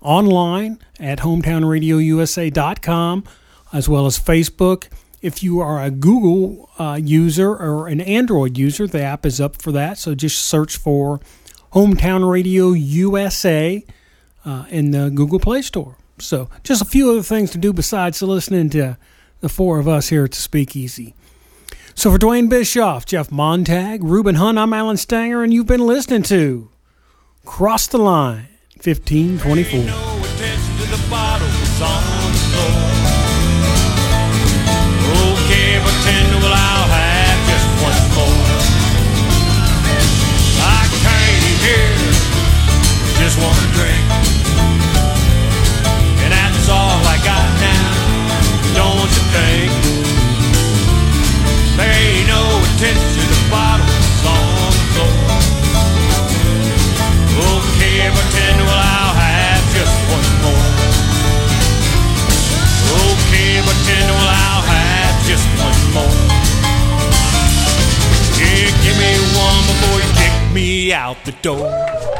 S2: online at hometownradiousa.com as well as Facebook, If you are a Google uh, user or an Android user, the app is up for that. So just search for Hometown Radio USA uh, in the Google Play Store. So just a few other things to do besides listening to the four of us here at the Speakeasy. So for Dwayne Bischoff, Jeff Montag, Ruben Hunt, I'm Alan Stanger, and you've been listening to Cross the Line 1524.
S3: no attention to the bottles on the floor. Okay, bartender, well, I'll have just one more. I came here for just one drink. And that's all I got now, don't you think? Pay no attention to the bottles on the floor. Okay, pretend well I'll have just one more. Okay, pretend well I'll have just one more. Yeah, give me one before you kick me out the door.